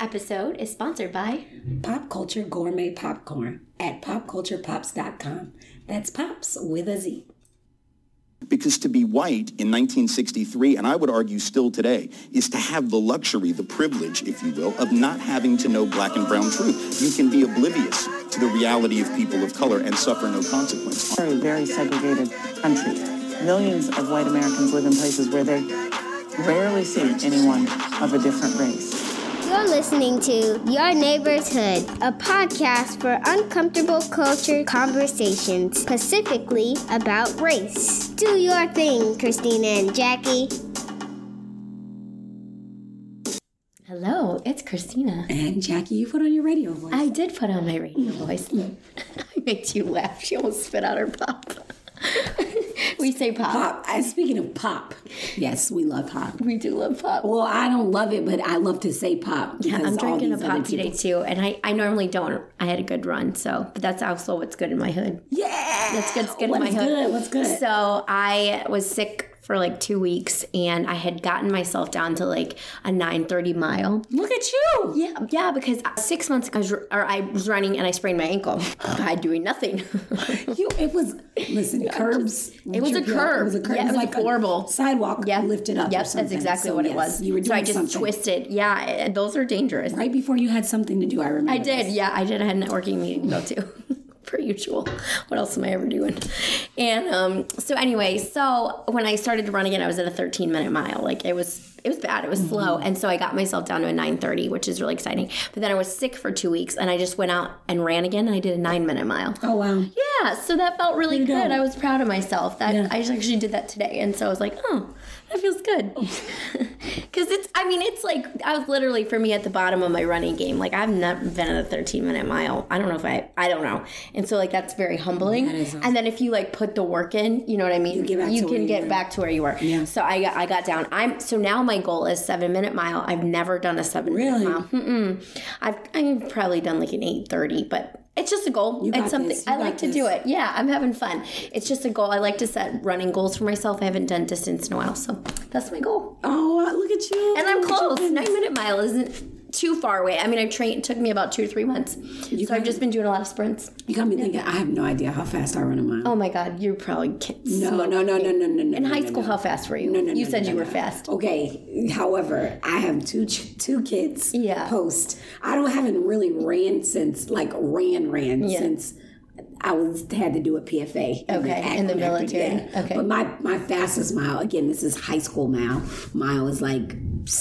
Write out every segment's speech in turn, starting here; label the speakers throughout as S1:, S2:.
S1: episode is sponsored by
S2: Pop Culture Gourmet Popcorn at popculturepops.com. That's Pops with a Z.
S3: Because to be white in 1963, and I would argue still today, is to have the luxury, the privilege, if you will, of not having to know black and brown truth. You can be oblivious to the reality of people of color and suffer no consequence.
S4: Very, very segregated country. Millions of white Americans live in places where they rarely see anyone of a different race.
S5: You're listening to Your Neighbor's Hood, a podcast for uncomfortable culture conversations, specifically about race. Do your thing, Christina and Jackie.
S1: Hello, it's Christina.
S2: And Jackie, you put on your radio voice.
S1: I did put on my radio voice. I made you laugh. She almost spit out her pop. we say pop.
S2: pop. I, speaking of pop, yes, we love pop.
S1: We do love pop.
S2: Well, I don't love it, but I love to say pop.
S1: Yeah, I'm
S2: because all
S1: drinking a
S2: these other
S1: pop today
S2: people-
S1: too, and I, I normally don't. I had a good run, so but that's also what's good in my hood.
S2: Yeah,
S1: That's good. It's good
S2: What's
S1: in my hood.
S2: good? What's good?
S1: So I was sick for like two weeks, and I had gotten myself down to like a 9:30 mile.
S2: Look at you.
S1: Yeah, yeah. Because six months ago, I was, or I was running and I sprained my ankle by doing nothing.
S2: You, it was listen curbs.
S1: it was a
S2: It was a
S1: curb.
S2: curb.
S1: Yeah, it was
S2: like a
S1: horrible.
S2: sidewalk.
S1: yeah,
S2: lifted up. or
S1: Yep, that's
S2: something.
S1: exactly
S2: So,
S1: what it
S2: yes,
S1: was.
S2: You were doing
S1: so I just
S2: something.
S1: twisted. Yeah, and those are dangerous.
S2: right before you had something to do. I remember.
S1: I did.
S2: this.
S1: Yeah, I did. I had a networking meeting to go to. Per usual. What else am I ever doing? And um, so anyway, so when I started to run again, I was at a 13 minute mile. Like it was, it was bad. It was
S2: Mm-hmm.
S1: slow. And so I got myself down to a 9:30, which is really exciting. But then I was sick for two weeks, and I just went out and ran again, and I did a nine minute mile.
S2: Oh wow.
S1: Yeah, so that felt really
S2: you go.
S1: good. I was proud of myself. That
S2: Yeah.
S1: I actually did that today, and so I was like, oh, that feels good.
S2: Oh.
S1: Because it's, I mean, it's like I was literally for me at the bottom of my running game. Like I've not been at a 13 minute mile. I don't know if I, I don't know. And so like that's very humbling.
S2: That is awesome.
S1: And then if you like put the work in, you know what I mean. You,
S2: get back to where
S1: can
S2: you
S1: get
S2: were.
S1: back to where you were.
S2: Yeah.
S1: So I got, I got down. I'm so now my goal is seven minute mile. I've never done a seven
S2: Really?
S1: minute mile. Mm-mm. I've I've probably done like an 8:30, but. It's just a goal.
S2: You got
S1: it's something
S2: this. You
S1: I like
S2: got
S1: to
S2: this.
S1: do it. Yeah, I'm having fun. It's just a goal. I like to set running goals for myself. I haven't done distance in a while, so that's my goal.
S2: Oh, look at you.
S1: And I'm
S2: Look at
S1: close.
S2: you.
S1: Nine minute mile isn't too far away. I mean, I've trained. It took me about two or three months, so I've just been doing a lot of sprints.
S2: You got me thinking. I have no idea how fast I run a mile.
S1: Oh my God, you probably can't.
S2: no, no, no, no, no, no, no.
S1: In
S2: no,
S1: high
S2: no,
S1: school,
S2: no.
S1: how fast were you?
S2: No, no,
S1: you
S2: no,
S1: said
S2: no,
S1: you
S2: no,
S1: were
S2: no.
S1: fast.
S2: Okay. However, I have two ch- two kids.
S1: Yeah.
S2: Post. I don't haven't really ran since like ran ran
S1: Yeah.
S2: since I was had to do a PFA. and
S1: Okay,
S2: act
S1: in the
S2: when I could,
S1: military.
S2: yeah.
S1: Okay.
S2: But my my fastest mile again. This is high school mile. Mile is like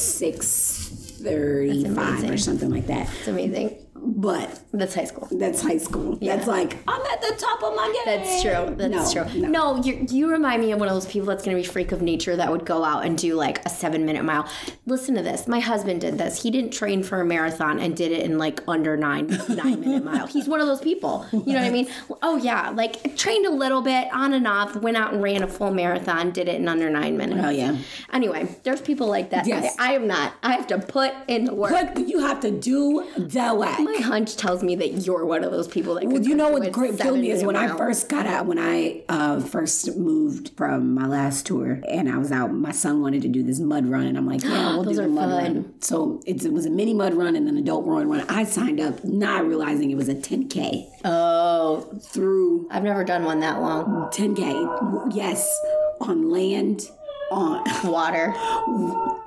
S2: six thirty five or
S1: amazing.
S2: something like that.
S1: It's amazing.
S2: But
S1: That's high school.
S2: that's high school. That's like I'm at the top of my game.
S1: That's true. That's
S2: No,
S1: true.
S2: no.
S1: No, you you remind me of one of those people that's going to be freak of nature that would go out and do like a seven minute mile. Listen to this. My husband did this. He didn't train for a marathon and did it in like under nine nine minute mile. He's one of those people. You know what I mean? Oh yeah, like trained a little bit on and off. Went out and ran a full marathon. Did it in under nine minutes.
S2: Oh, yeah.
S1: Anyway, there's people like that.
S2: Yes.
S1: I, I am not. I have to put in the work.
S2: But you have to do the work.
S1: My hunch tells me that you're one of those people that.
S2: Well,
S1: could
S2: you
S1: go
S2: know
S1: do
S2: what
S1: a
S2: great killed me is
S1: seven-minute
S2: when I
S1: mile.
S2: first got out, when I uh, first moved from my last tour and I was out, my son wanted to do this mud run and I'm like, yeah, we'll
S1: Those
S2: do
S1: are
S2: the mud
S1: fun.
S2: run. So it's, it was a mini mud run and an adult run run. I signed up not realizing it was a 10K
S1: Oh,
S2: through
S1: I've never done one that long.
S2: 10K. Yes, on land, on
S1: Water.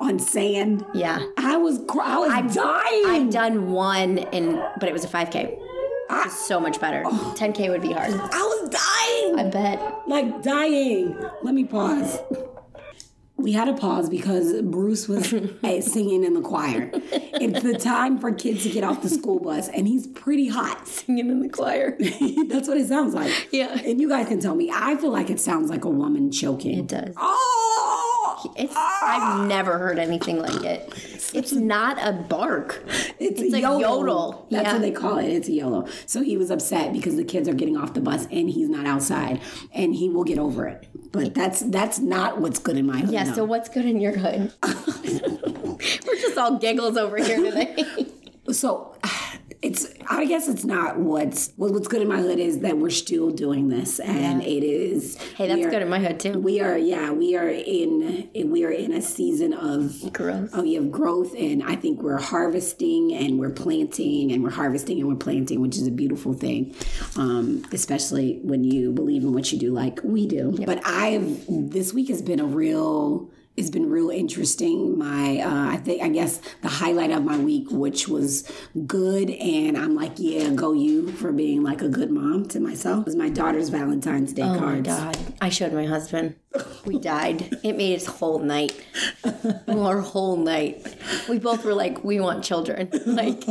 S2: on sand.
S1: Yeah.
S2: I was cr- I was dying.
S1: I've done one in but it was a 5k. It's so much better. 10k would be hard.
S2: I was dying.
S1: I bet.
S2: like dying. Let me pause. We had a pause because Bruce was eh, singing in the choir. It's the time for kids to get off the school bus, and he's pretty hot.
S1: Singing in the choir.
S2: That's what it sounds like.
S1: Yeah.
S2: And you guys can tell me. I feel like it sounds like a woman choking.
S1: It does.
S2: Oh!
S1: It's I've never heard anything like it. It's not a bark.
S2: It's,
S1: It's
S2: a
S1: a
S2: yodel.
S1: yodel.
S2: That's
S1: Yeah.
S2: what they call it. It's a yodel. So he was upset because the kids are getting off the bus and he's not outside, and he will get over it. But that's that's not what's good in my hood.
S1: Yeah,
S2: no.
S1: so what's good in your hood? We're just all giggles over here today.
S2: So it's I guess it's not what's what- what's good in my hood is that we're still doing this and it is
S1: Hey, that's good in my hood too.
S2: we are yeah we are in we are in a season of
S1: Growth.
S2: oh yeah of growth and I think we're harvesting and we're planting and we're harvesting and we're planting which is a beautiful thing um, especially when you believe in what you do like we do but I've this week has been a real it's been real interesting. My, uh, I think, I guess the highlight of my week, which was good, and I'm like, yeah, go you for being like a good mom to myself, was my daughter's Valentine's Day
S1: Oh my
S2: cards.
S1: god! I showed my husband. We died. It made his whole night. Our whole night. We both were like, we want children. Like,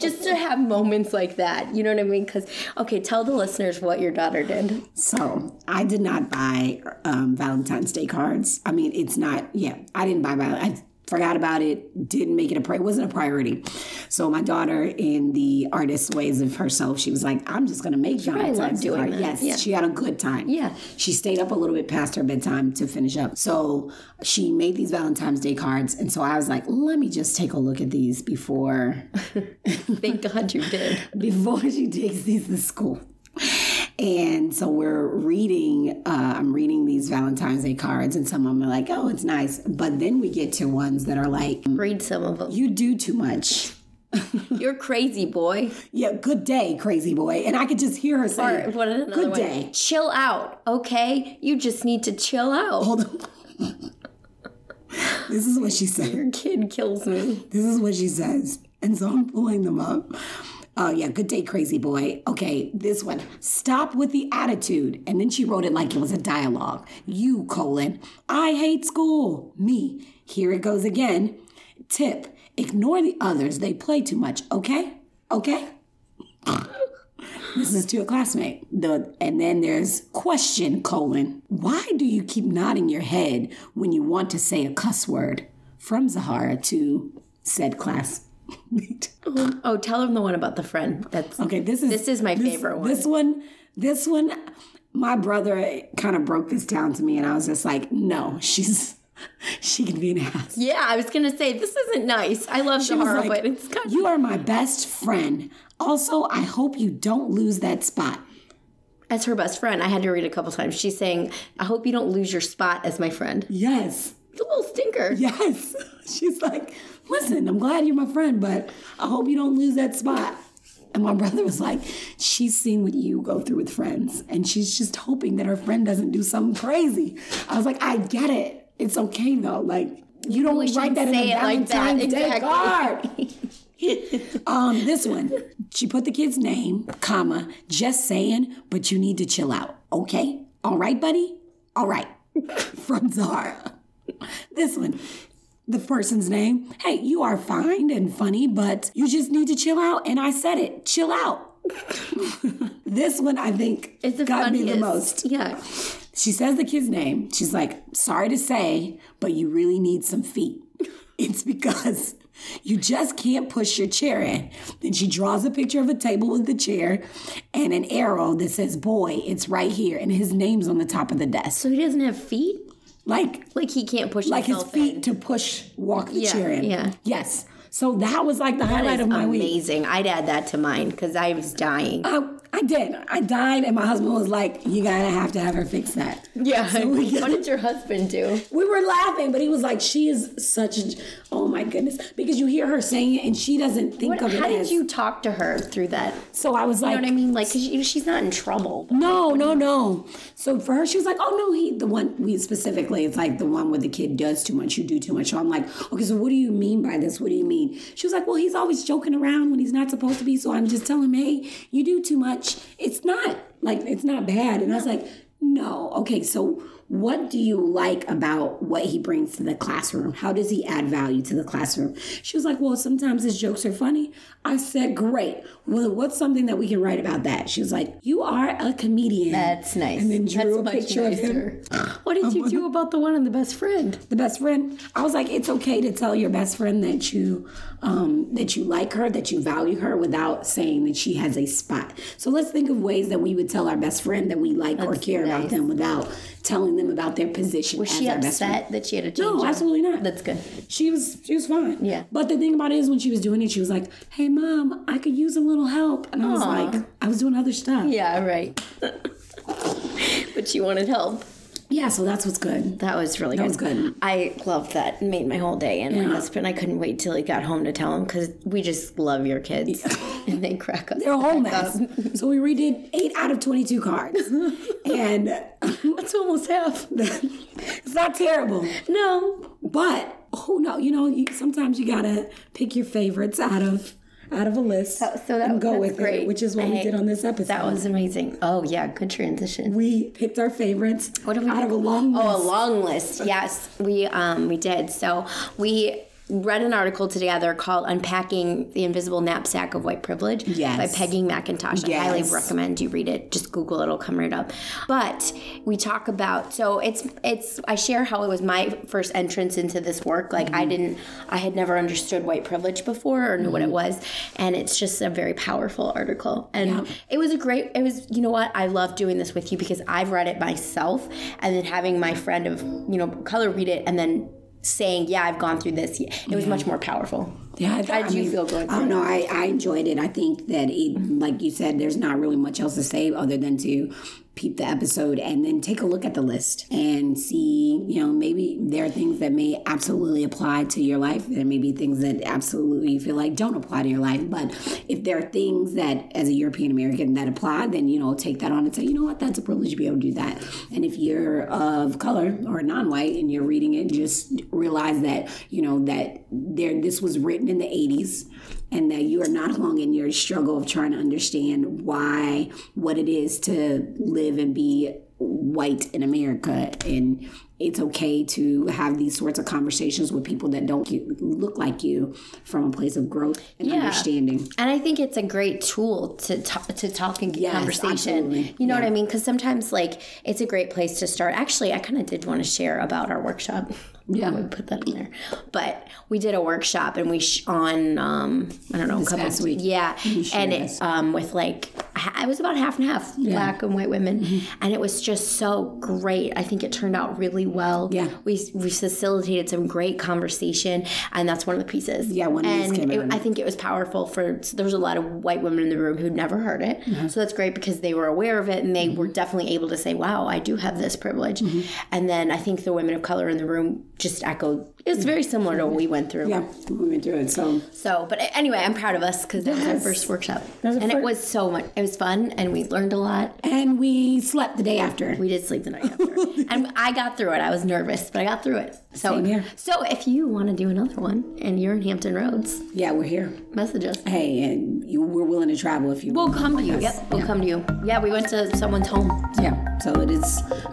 S1: just to have moments like that. You know what I mean? Because okay, tell the listeners what your daughter did.
S2: So I did not buy um, Valentine's Day cards. I mean, it's not. Yeah, I didn't buy. Val- I forgot about it. Didn't make it a. Pri- it wasn't a priority. So my daughter, in the artist ways of herself, she was like, "I'm just gonna make
S1: loved
S2: Valentine's Day
S1: doing
S2: cards."
S1: that,
S2: Yes,
S1: yeah.
S2: she had a good time.
S1: Yeah.
S2: she stayed up a little bit past her bedtime to finish up. So she made these Valentine's Day cards, and so I was like, "Let me just take a look at these before."
S1: Thank God you did.
S2: before she takes these to school. And so we're reading, uh, I'm reading these Valentine's Day cards, and some of them are like, oh, it's nice. But then we get to ones that are like,
S1: Read some of them.
S2: you do too much.
S1: You're crazy, boy.
S2: Yeah, good day, crazy boy. And I could just hear her
S1: Or
S2: say,
S1: what? Another
S2: good
S1: one.
S2: day.
S1: Chill out, okay? You just need to chill out.
S2: Hold on. this is what she said.
S1: Your kid kills me.
S2: This is what she says. And so I'm pulling them up. Oh, yeah. Good day, crazy boy. Okay, this one. Stop with the attitude. And then she wrote it like it was a dialogue. You, colon. I hate school. Me. Here it goes again. Tip. Ignore the others. They play too much. Okay? Okay? This is to a classmate. The, and then there's question, colon. Why do you keep nodding your head when you want to say a cuss word? From Zahara to said class.
S1: Oh, tell him the one about the friend. That's
S2: okay, this is
S1: This is my favorite one.
S2: This one, this one, my brother kind of broke this down to me, and I was just like, no, she's she can be an ass.
S1: Yeah, I was gonna say this isn't nice. I love
S2: She was
S1: Zahara,
S2: like,
S1: but it's kind of.
S2: you are my best friend. Also, I hope you don't lose that spot.
S1: As her best friend, I had to read a couple times. She's saying, "I hope you don't lose your spot as my friend."
S2: Yes.
S1: The little stinker.
S2: Yes. She's like, listen, I'm glad you're my friend, but I hope you don't lose that spot. And my brother was like, she's seen what you go through with friends, and she's just hoping that her friend doesn't do something crazy. I was like, I get it. It's okay though. Like, you don't
S1: We
S2: write
S1: shouldn't
S2: that in
S1: say
S2: a
S1: it like that.
S2: Valentine's Day card. um, this one, she put the kid's name, comma, just saying, but you need to chill out. Okay, all right, buddy, all right. From Zara. This one, the person's name. Hey, you are fine and funny, but you just need to chill out. And I said it, chill out. this one I think
S1: It's the
S2: got
S1: funniest.
S2: me the most.
S1: Yeah.
S2: She says the kid's name. She's like, sorry to say, but you really need some feet. It's because you just can't push your chair in. Then she draws a picture of a table with the chair and an arrow that says, boy, it's right here. And his name's on the top of the desk.
S1: So he doesn't have feet.
S2: Like,
S1: Like he can't push
S2: like his
S1: himself
S2: feet
S1: in.
S2: to push, walk the
S1: Yeah,
S2: chair in.
S1: yeah.
S2: Yes. So that was like the highlight
S1: That is
S2: of my week.
S1: amazing. I'd add that to mine because I was dying.
S2: I, I did. I died, and my husband was like, "You gotta have to have her fix that."
S1: yeah.
S2: So we
S1: what did your husband do?
S2: We were laughing, but he was like, "She is such a, oh my goodness," because you hear her saying it and she doesn't think
S1: What,
S2: of it.
S1: how did
S2: as-
S1: you talk to her through that?
S2: So I was like,
S1: You know what I mean? Like, 'cause she, she's not in trouble.
S2: No, no, no. So for her, she was like, "Oh no, he the one we specifically. It's like the one where the kid does too much, you do too much." So I'm like, "Okay, so what do you mean by this? What do you mean?" She was like, "Well, he's always joking around when he's not supposed to be, so I'm just telling him, hey, you do too much. It's not like it's not bad." And I was like, "No, okay, so." What do you like about what he brings to the classroom? How does he add value to the classroom? She was like, Well, sometimes his jokes are funny. I said, Great. Well, what's something that we can write about that? She was like, You are a comedian.
S1: That's nice.
S2: And then drew
S1: That's
S2: a picture
S1: much
S2: of him.
S1: nicer. What did you do about the one and the best friend?
S2: The best friend. I was like, it's okay to tell your best friend that you um, that you like her, that you value her, without saying that she has a spot. So let's think of ways that we would tell our best friend that we like or care about them without telling them about their position.
S1: Was
S2: as
S1: she
S2: our best friend.
S1: upset that she had to change?
S2: No,
S1: her?
S2: absolutely not.
S1: That's good.
S2: She was she was fine.
S1: Yeah.
S2: But the thing about it is when she was doing it, she was like, Hey mom, I could use a little help. And I was
S1: Aw.
S2: like, I was doing other stuff.
S1: Yeah, right. but she wanted help.
S2: Yeah, so that's what's good.
S1: That was really
S2: That
S1: good.
S2: was good.
S1: I loved that. It Made my whole day. And my husband, I couldn't wait till he got home to tell him because we just love your kids. and they crack us.
S2: They're a whole
S1: back
S2: mess.
S1: up.
S2: so we redid eight out of twenty two cards. and that's almost half. it's not terrible.
S1: No.
S2: But who know, you know, you, sometimes you gotta pick your favorites out of out of a list
S1: That- so that-
S2: and go
S1: that's
S2: with
S1: great.
S2: it, which is what
S1: I-
S2: we did on this episode.
S1: That was amazing. Oh, yeah. Good transition.
S2: we picked our favorites
S1: What did we
S2: out
S1: do?
S2: of a long list.
S1: Oh, a long list. Yes, we um we did. So we read an article together called "Unpacking the Invisible Knapsack of White Privilege"
S2: Yes.
S1: by Peggy McIntosh. I highly
S2: Yes.
S1: recommend you read it. Just Google it; it'll come right up. But we talk about so it's it's I share how it was my first entrance into this work. Like
S2: Mm-hmm.
S1: I didn't, I had never understood white privilege before or knew what it
S2: Mm-hmm.
S1: was, and it's just a very powerful article. And it was a great. It was you know what I love doing this with you because I've read it myself, and then having my friend of you know color read it, and then saying yeah I've gone through this. It was much more powerful.
S2: Yeah, I,
S1: How did you feel going
S2: I don't know. I, I enjoyed it. I think that it, like you said, there's not really much else to say other than to peep the episode and then take a look at the list and see, you know, maybe there are things that may absolutely apply to your life. There may be things that absolutely you feel like don't apply to your life. But if there are things that, as a European American, that apply, then, you know, take that on and say, you know what, that's a privilege to be able to do that. And if you're of color or non white and you're reading it, just realize that, you know, that there this was written in the 80s and that you are not alone in your struggle of trying to understand why what it is to live and be white in America and it's okay to have these sorts of conversations with people that don't you- look like you from a place of growth and understanding.
S1: And I think it's a great tool to ta- to talk and get
S2: Yes,
S1: conversation.
S2: absolutely.
S1: You know what I mean? Because sometimes like it's a great place to start. Actually, I kind of did want to share about our workshop.
S2: Yeah.
S1: we put that in there. But we did a workshop and we sh- on um I don't know a couple
S2: past week.
S1: yeah, and
S2: this.
S1: it um with like ha- it was about half and half black and white women,
S2: Mm-hmm.
S1: and it was just so great. I think it turned out really well.
S2: Yeah.
S1: we we facilitated some great conversation, and that's one of the pieces.
S2: Yeah, one of these
S1: and
S2: came out
S1: it,
S2: of
S1: I
S2: it.
S1: think it was powerful for so there was a lot of white women in the room who'd never heard it,
S2: Mm-hmm.
S1: so that's great because they were aware of it and they were definitely able to say, "Wow, I do have this privilege."
S2: Mm-hmm.
S1: And then I think the women of color in the room just echoed. It was very similar to what we went through.
S2: Mm-hmm. Yeah, we went through it. So
S1: So, but anyway, I'm proud of us because that was our
S2: Yes.
S1: first workshop,
S2: was
S1: and
S2: our
S1: it
S2: first-
S1: was so much. It was fun, and we learned a lot.
S2: and we slept the day after.
S1: We did sleep the night after, and I got through it. I was nervous, but I got through it. So,
S2: Same here.
S1: so if you want to do another one and you're in Hampton Roads,
S2: yeah, we're here.
S1: message us.
S2: Hey, and you, we're willing to travel if you
S1: We'll come to you. Yep, we'll come to you. Yeah, we went to someone's home.
S2: Yeah, so it is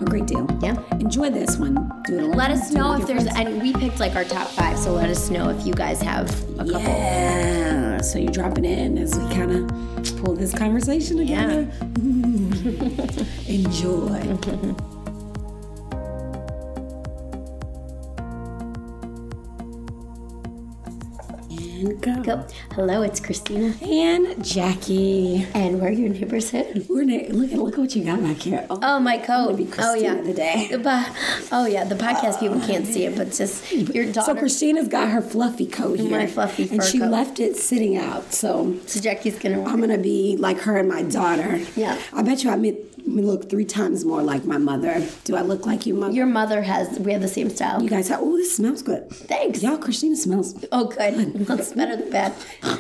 S2: a great deal.
S1: Yeah.
S2: Enjoy this one. Do it alone.
S1: Let us
S2: Do it
S1: know
S2: with
S1: if
S2: your
S1: there's,
S2: friends.
S1: and we picked like our top five, so let us know if you guys have a couple.
S2: Yeah. So you drop it in as we kind of pull this conversation together. Enjoy. and go.
S1: Go. Hello, it's Christina,
S2: And Jackie.
S1: and we're your neighbors. Hit.
S2: We're na- look, look what you got back here. Oh,
S1: Oh, my coat.
S2: be
S1: Oh,
S2: Christina
S1: yeah.
S2: today.
S1: The po- oh, yeah. The podcast people can't see it, but just your
S2: So
S1: daughter.
S2: Christina's got her fluffy coat here.
S1: My fluffy
S2: And
S1: fur
S2: she
S1: coat.
S2: left it sitting out. So
S1: So Jackie's going to.
S2: I'm gonna be like her and my daughter.
S1: Yeah.
S2: I bet you I mi- me look three times more like my mother. Do I look like you, mother?
S1: Your mother has, we have the same style.
S2: you guys, have, oh, this smells good.
S1: Thanks.
S2: Y'all, Christina smells.
S1: Oh, good. That's better than bad.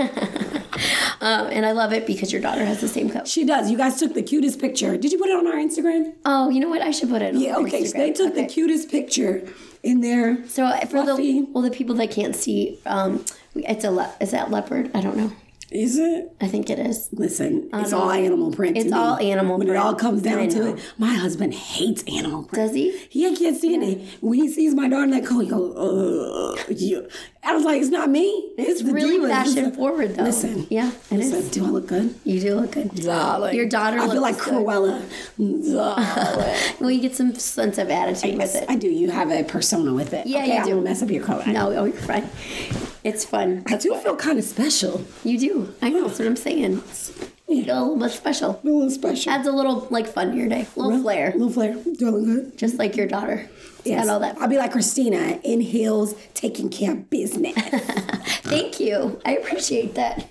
S1: um, and I love it because your daughter has the same coat.
S2: She does. You guys took the cutest picture. Did you put it on our Instagram?
S1: Oh, you know what? I should put it on
S2: Yeah. Okay.
S1: Instagram.
S2: So they took
S1: Okay.
S2: the cutest picture in there.
S1: So uh, for
S2: Fluffy.
S1: the well, the people that can't see, um, it's a le- is that leopard? I don't know.
S2: Is it?
S1: I think it is.
S2: Listen, it's all animal print. to
S1: It's
S2: me.
S1: all animal
S2: When it
S1: print.
S2: all comes
S1: I
S2: down to
S1: know.
S2: it, my husband hates animal print.
S1: Does he?
S2: He can't stand it. When he sees my daughter in that coat, he goes, Ugh, you. I was like, it's not me. It's, the
S1: Really
S2: demons."
S1: fashion forward though.
S2: Listen.
S1: yeah, it is.
S2: Listen, do I look good?
S1: You do look good.
S2: Darling.
S1: Your daughter.
S2: I
S1: looks
S2: feel like
S1: good.
S2: Cruella. Darling.
S1: Well, you get some sense of attitude with it.
S2: I do. You have a persona with it.
S1: Yeah,
S2: okay,
S1: you
S2: I
S1: do.
S2: won't mess up your color.
S1: no, oh, you're fine. It's fun.
S2: I do feel kind of special.
S1: You do. I know. That's what I'm saying. You know, a little bit special.
S2: A little special.
S1: Adds a little like fun to your day. little flair.
S2: Little flair. Doing good.
S1: Just like your daughter. Yes.
S2: Yes.
S1: all that.
S2: I'll be like Christina in heels, taking care of business.
S1: Thank you. I appreciate that.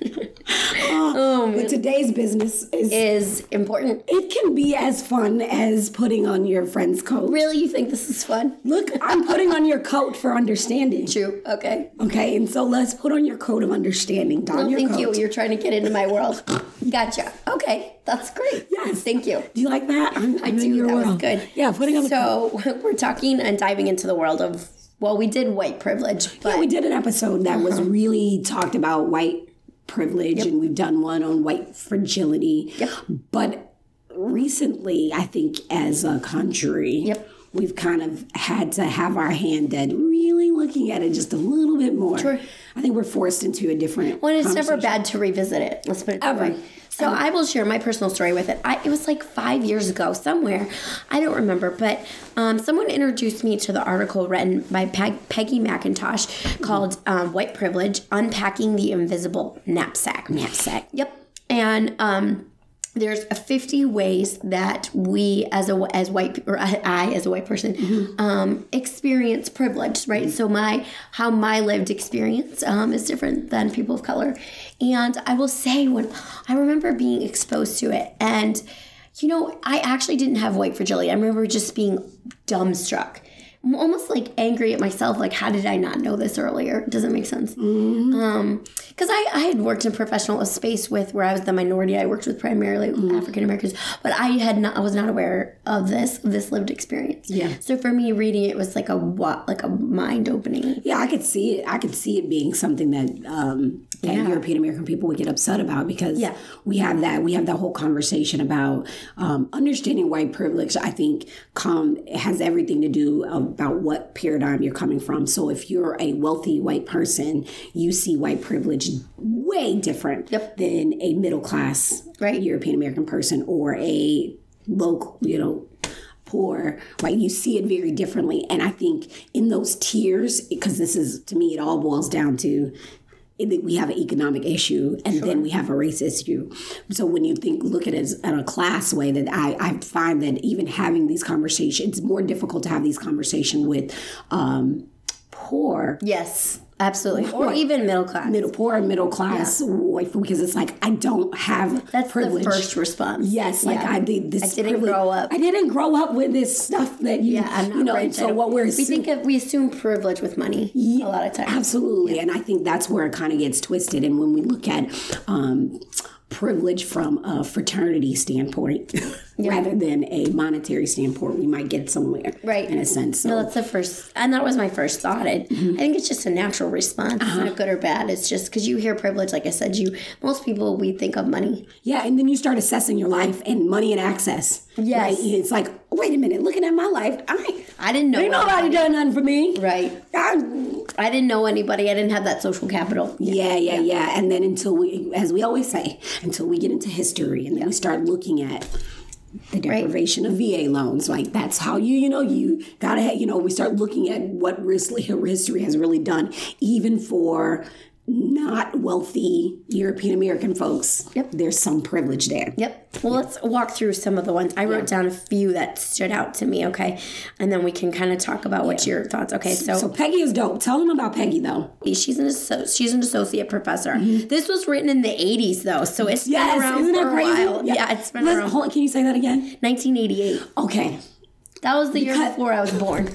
S1: Oh,
S2: but today's business is
S1: Is important.
S2: it can be as fun as putting on your friend's coat.
S1: Really, you think this is fun?
S2: Look, I'm putting on your coat for understanding.
S1: True. Okay.
S2: Okay, and so let's put on your coat of understanding. Don
S1: No,
S2: your
S1: thank
S2: coat.
S1: you. You're trying to get into my world. Gotcha. Okay, that's great.
S2: Yes.
S1: Thank you.
S2: Do you like that? I'm,
S1: I
S2: I'm in
S1: do.
S2: your
S1: That was
S2: world.
S1: good.
S2: Yeah, putting on the coat.
S1: So we're talking and diving into the world of well, we did white privilege, but
S2: Yeah, we did an episode that
S1: Uh-huh.
S2: was really talked about white privilege, and we've done one on white fragility.
S1: Yep.
S2: But recently, I think as a country,
S1: Yep.
S2: we've kind of had to have our hand at really looking at it just a little bit more.
S1: Sure.
S2: I think we're forced into a different.
S1: Well, it's never
S2: conversation.
S1: bad to revisit it. Let's put it that
S2: Ever.
S1: way. So I will share my personal story with it. I, it was like five years ago, somewhere. I don't remember, but um, someone introduced me to the article written by Peg, Peggy McIntosh called um, "White Privilege: Unpacking the Invisible Knapsack." Knapsack. Yep. And um, there's 50 ways that we as a as white or I I as a white person um, experience privilege right so my how my lived experience um, is different than people of color and I will say when I remember being exposed to it and you know I actually didn't have white fragility I remember just being dumbstruck I'm almost like angry at myself like how did I not know this earlier does it make sense because I, I had worked in a professional space with where I was the minority. I worked with primarily African Americans, but I had not I was not aware of this this lived experience.
S2: Yeah.
S1: So for me, reading it was like a what like a mind opening.
S2: Yeah, I could see it. I could see it being something that um, that European American people would get upset about because
S1: Yeah.
S2: we have that we have that whole conversation about um, understanding white privilege. I think come it has everything to do about what paradigm you're coming from. So if you're a wealthy white person, you see white privilege way different
S1: Yep.
S2: than a middle class
S1: Right.
S2: European American person or a local, you know, poor, right? You see it very differently. And I think in those tiers, because this is, to me, it all boils down to eh, that we have an economic issue and then we have a race issue. So when you think, look at it as, in a class way, that I, I find that even having these conversations, it's more difficult to have these conversations with um, poor
S1: Yes, absolutely. Or
S2: Right.
S1: even middle class.
S2: middle poor and middle class white because it's like I don't have
S1: That's
S2: privilege.
S1: the first response.
S2: Yes, like
S1: Yeah.
S2: I did this.
S1: I didn't
S2: privilege-
S1: grow up.
S2: I didn't grow up with this stuff that you,
S1: Yeah, I'm not
S2: you know.
S1: rich.
S2: And
S1: I
S2: so
S1: don't-
S2: what we're
S1: we think of we assume privilege with money a lot of times.
S2: Absolutely. And I think that's where it kind of gets twisted. And when we look at um, privilege from a fraternity standpoint rather than a monetary standpoint, we might get somewhere.
S1: Right.
S2: In a sense. So
S1: No, that's the first, and that was my first thought. It,
S2: Mm-hmm.
S1: I think it's just a natural response. It's
S2: Uh-huh.
S1: not good or bad. It's just because you hear privilege, like I said, you most people we think of money.
S2: Yeah, and then you start assessing your life and money and access.
S1: Yes.
S2: Right? It's like, "Oh, wait a minute, looking at my life, I ain't-
S1: I didn't know
S2: ain't nobody done nothing for me.
S1: Right.
S2: I-
S1: I didn't know anybody. I didn't have that social capital.
S2: yeah, yeah, yeah. And then until we, as we always say, until we get into history and then we start looking at the deprivation of VA loans, like that's how you, you know, you gotta, ha- you know, we start looking at what ris- history has really done, even for not wealthy European American folks.
S1: Yep.
S2: There's some privilege there.
S1: Yep. Well, let's walk through some of the ones. I wrote down a few that stood out to me, okay? And then we can kind of talk about what your thoughts. Okay, so,
S2: So Peggy is dope. Tell them about Peggy though.
S1: she's an asso- she's an associate professor. This was written in the 80s though, so it's been around
S2: Mm-hmm. isn't that
S1: for a
S2: crazy?
S1: while. Yeah, it's been
S2: Listen,
S1: around
S2: Hold on, can you say that again?
S1: 1988.
S2: Okay.
S1: That was the year
S2: Because-
S1: before I was born.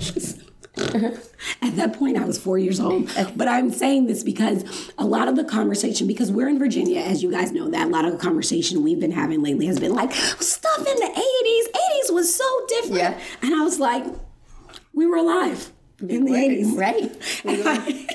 S2: At that point, I was four years old. But I'm saying this because a lot of the conversation, because we're in Virginia, as you guys know, that a lot of the conversation we've been having lately has been like stuff in the 80s. 80s was so different.
S1: Yeah.
S2: And I was like, we were alive in the 80s.
S1: right.
S2: And I,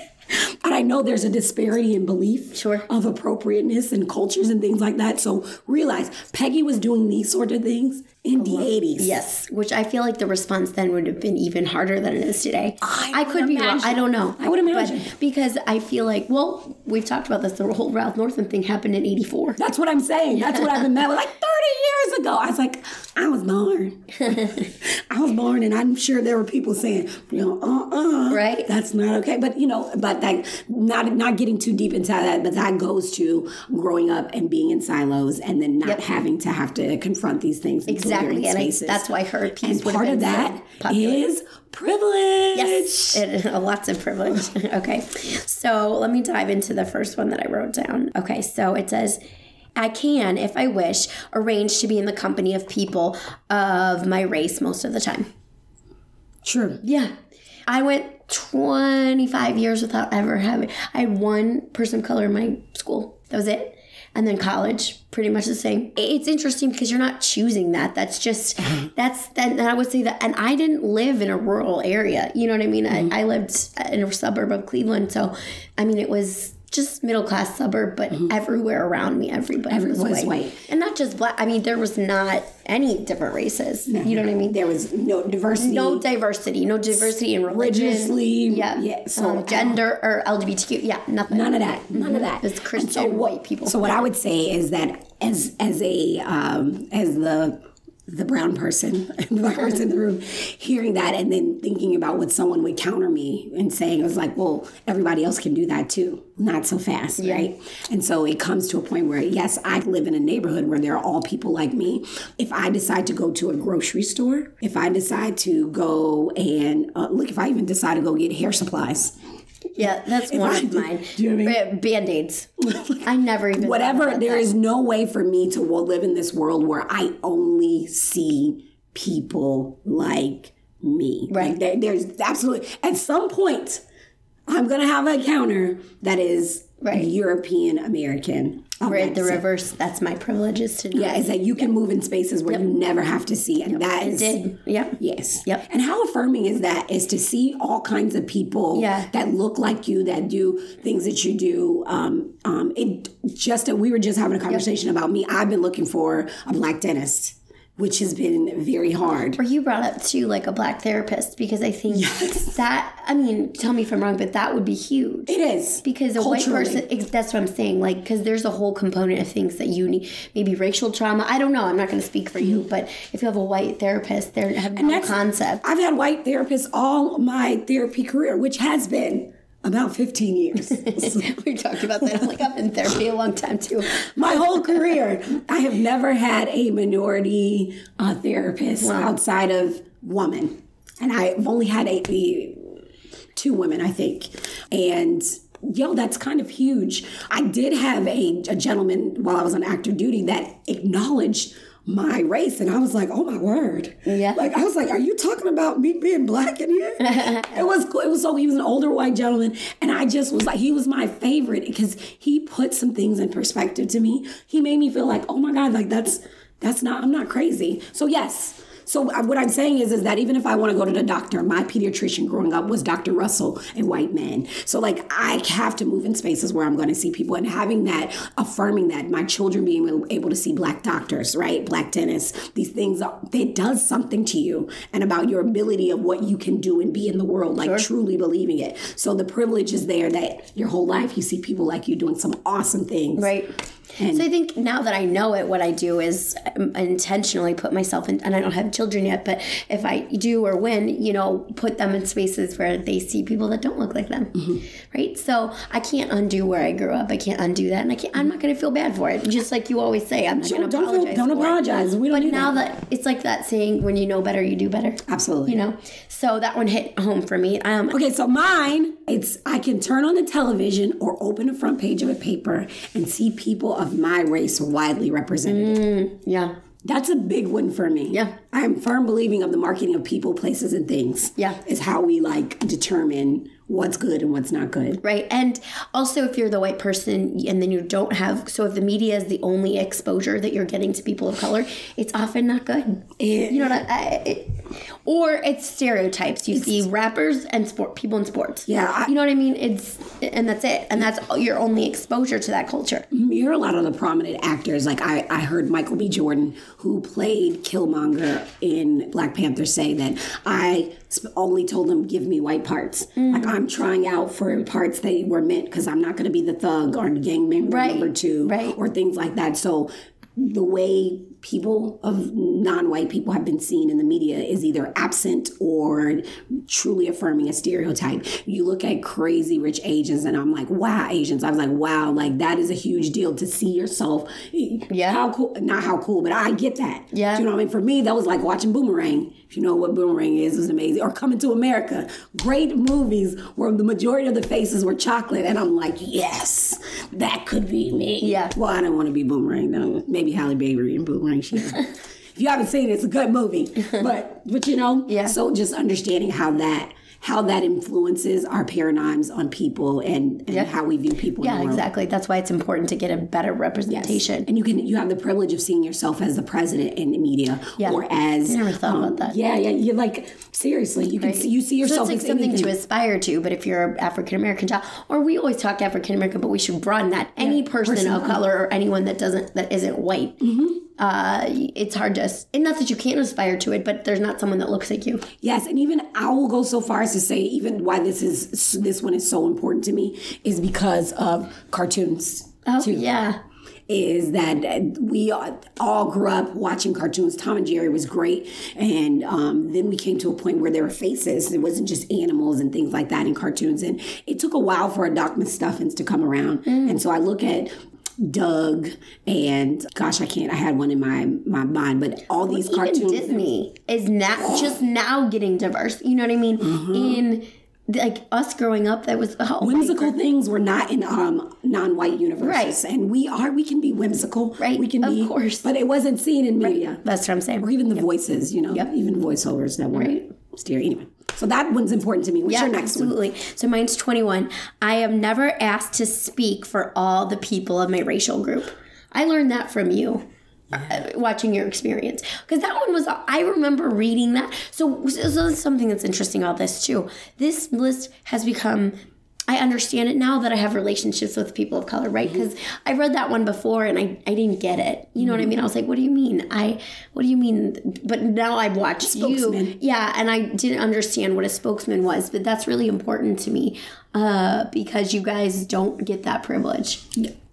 S2: and I know there's a disparity in belief
S1: Sure.
S2: of appropriateness and cultures and things like that. So realize Peggy was doing these sort of things in the 80s.
S1: Yes, which I feel like the response then would have been even harder than it is today.
S2: I
S1: I,
S2: would
S1: could be wrong.
S2: imagine.
S1: I don't know.
S2: I would imagine.
S1: But because I feel like, well, we've talked about this. The whole Ralph Northam thing happened in '84.
S2: That's what I'm saying. That's what I've been met with like 30 years ago. I was like, I was born. I was born, and I'm sure there were people saying, you know, uh uh
S1: Right.
S2: That's not okay. But, you know, but like not not getting too deep into that, but that goes to growing up and being in silos and then not
S1: Yep.
S2: having to have to confront these things. until they're
S1: Exactly,
S2: in
S1: and I-
S2: spaces.
S1: that's why her piece
S2: And
S1: would have
S2: part of
S1: been so
S2: that
S1: popular.
S2: is privilege.
S1: Yes, it, lots of privilege. okay, so let me dive into the first one that I wrote down. Okay, so it says, I can, if I wish, arrange to be in the company of people of my race most of the time.
S2: True.
S1: Yeah. I went 25 years without ever having, I had one person of color in my school. That was it. And then college, pretty much the same. It's interesting because you're not choosing that. That's just, that's, that, and I would say that, and I didn't live in a rural area. You know what I mean?
S2: Mm-hmm.
S1: I, I lived in a suburb of Cleveland. So, I mean, it was just middle class suburb, but everywhere around me, everybody
S2: Everyone Mm-hmm. was
S1: was white.
S2: white.
S1: And not just black. I mean, there was not any different races. You know what I mean?
S2: There was no diversity.
S1: no diversity, no diversity in religion,
S2: religiously.
S1: yeah,
S2: yeah, so
S1: um, gender or LGBTQ, yeah, nothing,
S2: None of that. None of that.
S1: It's
S2: And
S1: Christian white people.
S2: So what I would say is that as as a um, as the the brown person, the black person in the room, hearing that and then thinking about what someone would counter me and saying, I was like, well, everybody else can do that too. Not so fast, right? And so it comes to a point where, yes, I live in a neighborhood where there are all people like me. If I decide to go to a grocery store, if I decide to go and uh, look, if I even decide to go get hair supplies,
S1: Yeah, that's one
S2: I
S1: of
S2: did-
S1: mine.
S2: do you know what I
S1: Band aids. I never even thought
S2: whatever
S1: about
S2: there
S1: that.
S2: is no way for me to wo- live in this world where i only see people like me
S1: Right.
S2: Like, there- there's absolutely at some point i'm gonna have a counter that is
S1: Right.
S2: european american
S1: Right, the reverse. That's my privileges to know.
S2: yeah is that you can move in spaces where you never have to see and that is
S1: did yeah.
S2: Yes.
S1: Yep.
S2: And how affirming is that? Is to see all kinds of people
S1: Yeah.
S2: that look like you, that do things that you do. Um, um, it just we were just having a conversation about me. I've been looking for a black dentist, which has been very hard.
S1: Or you brought up too, like a black therapist, because I think that I mean, tell me if I'm wrong, but that would be huge.
S2: It is
S1: because a
S2: Culturally.
S1: white person ex- that's what i'm saying like because there's a whole component of things that you need maybe racial trauma i don't know i'm not going to speak for you but if you have a white therapist they have no
S2: Mm-hmm. that's-
S1: concept
S2: I've had white therapists all my therapy career, which has been about 15 years.
S1: we talked about that i'm like i've been in therapy a long time too
S2: my whole career. I have never had a minority uh, therapist outside of woman, and I've only had a, the two women, I think, and. Yo, that's kind of huge. I did have a, a gentleman while I was on active duty that acknowledged my race, and I was like, "Oh my word!"
S1: Yeah.
S2: like I was like, "Are you talking about me being black in here?" it was cool. It was so. He was an older white gentleman, and I just was like, he was my favorite because he put some things in perspective to me. He made me feel like, oh my god, like that's that's not I'm not crazy. So yes. So uh, what I'm saying is, is that even if I want to go to the doctor, my pediatrician growing up was Dr. Russell, a white man. So like I have to move in spaces where I'm going to see people, and having that, affirming that my children being able- able to see black doctors, right, black dentists, these things, are- it does something to you and about your ability of what you can do and be in the world, like truly believing it. So the privilege is there that your whole life you see people like you doing some awesome things,
S1: right
S2: And
S1: So I think now that I know it, what I do is um, intentionally put myself in, and I don't have children yet, but if I do or when, you know, put them in spaces where they see people that don't look like them,
S2: Mm-hmm.
S1: right? So I can't undo where I grew up. I can't undo that, and I can't. I'm not going to feel bad for it. Just like you always say, I'm not going
S2: don't
S1: to
S2: don't,
S1: apologize.
S2: feel- don't
S1: for it.
S2: apologize. We don't
S1: But
S2: do
S1: now that it's like that saying, when you know better, you do better.
S2: Absolutely.
S1: You know, so that one hit home for me. Um,
S2: Okay, so mine, it's I can turn on the television or open the front page of a paper and see people of my race widely represented.
S1: yeah,
S2: That's a big one for me.
S1: Mm. Yeah.
S2: I'm firm believing of the marketing of people, places, and things.
S1: Yeah.
S2: Is how we like determine what's good and what's not good.
S1: Right. And also, if you're the white person and then you don't have, so if the media is the only exposure that you're getting to people of color, it's often not good. You know what I, I it, Or it's stereotypes. You see rappers and sport people in sports.
S2: Yeah, I-
S1: you know what I mean? It's, and that's it. And that's your only exposure to that culture.
S2: You're a lot of the prominent actors. Like I, I heard Michael B. Jordan, who played Killmonger in Black Panther, say that I sp- only told them give me white parts. Like I'm trying out for parts that were meant because I'm not going to be the thug or gang member
S1: Right,
S2: number two
S1: right.
S2: or things like that. So the way people of non-white people have been seen in the media is either absent or truly affirming a stereotype. You look at crazy rich Asians and I'm like, wow, Asians. I was like, wow, like that is a huge deal to see yourself. Yeah. How cool not how cool, but I get that.
S1: Yeah.
S2: Do you know what I mean? For me, that was like watching Boomerang. If you know what Boomerang is, it was amazing. Or Coming to America. Great movies where the majority of the faces were chocolate. And I'm like, yes, that could be me.
S1: Yeah.
S2: Well, I don't want to be Boomerang, though. Maybe Halle Berry and Boomerang. She if you haven't seen it, it's a good movie. But, but you know,
S1: Yeah.
S2: so just understanding how that. How that influences our paradigms on people and, and how we view people. in
S1: Yeah,
S2: the world.
S1: exactly. That's why it's important to get a better representation.
S2: And you can you have the privilege of seeing yourself as the president in the media
S1: Yeah.
S2: or as
S1: I never thought about that.
S2: Yeah, yeah. You like seriously, you can see, you see
S1: So it's
S2: yourself
S1: like
S2: as
S1: something
S2: anything.
S1: to aspire to, but if you're an African American child, or we always talk African American, but we should broaden that. Any person, of color or anyone that doesn't that isn't white, uh, it's hard to. as- And not that you can't aspire to it, but there's not someone that looks like you.
S2: Yes, and even I will go so far as to say even why this is this one is so important to me is because of cartoons.
S1: Oh yeah,
S2: is that we all grew up watching cartoons. Tom and Jerry was great, and um, then we came to a point where there were faces. It wasn't just animals and things like that in cartoons, and it took a while for Doc McStuffins to come around.
S1: Mm.
S2: And so I look at Doug and gosh, I can't. I had one in my my mind, but all these
S1: even
S2: cartoons.
S1: Disney is not just now getting diverse. You know what I mean? In like us growing up, that was oh,
S2: Whimsical things were not in um, non-white universes,
S1: Right.
S2: and we are. We can be whimsical,
S1: Right,
S2: We can
S1: of
S2: be,
S1: course.
S2: but it wasn't seen in media.
S1: That's what I'm saying.
S2: or even the voices, you know, even voiceovers that weren't stereo. Anyway, so that one's important to me. What's your next one?
S1: absolutely. So mine's 21. I am never asked to speak for all the people of my racial group. I learned that from you. uh, Watching your experience, because that one was I remember reading that. So, so this is something that's interesting about this too. This list has become. I understand it now that I have relationships with people of color, right? Because I read that one before and I, I didn't get it. You know what I mean? I was like, what do you mean? I what do you mean? But now I've watched you. Yeah, and I didn't understand what a spokesman was, but that's really important to me uh, because you guys don't get that privilege.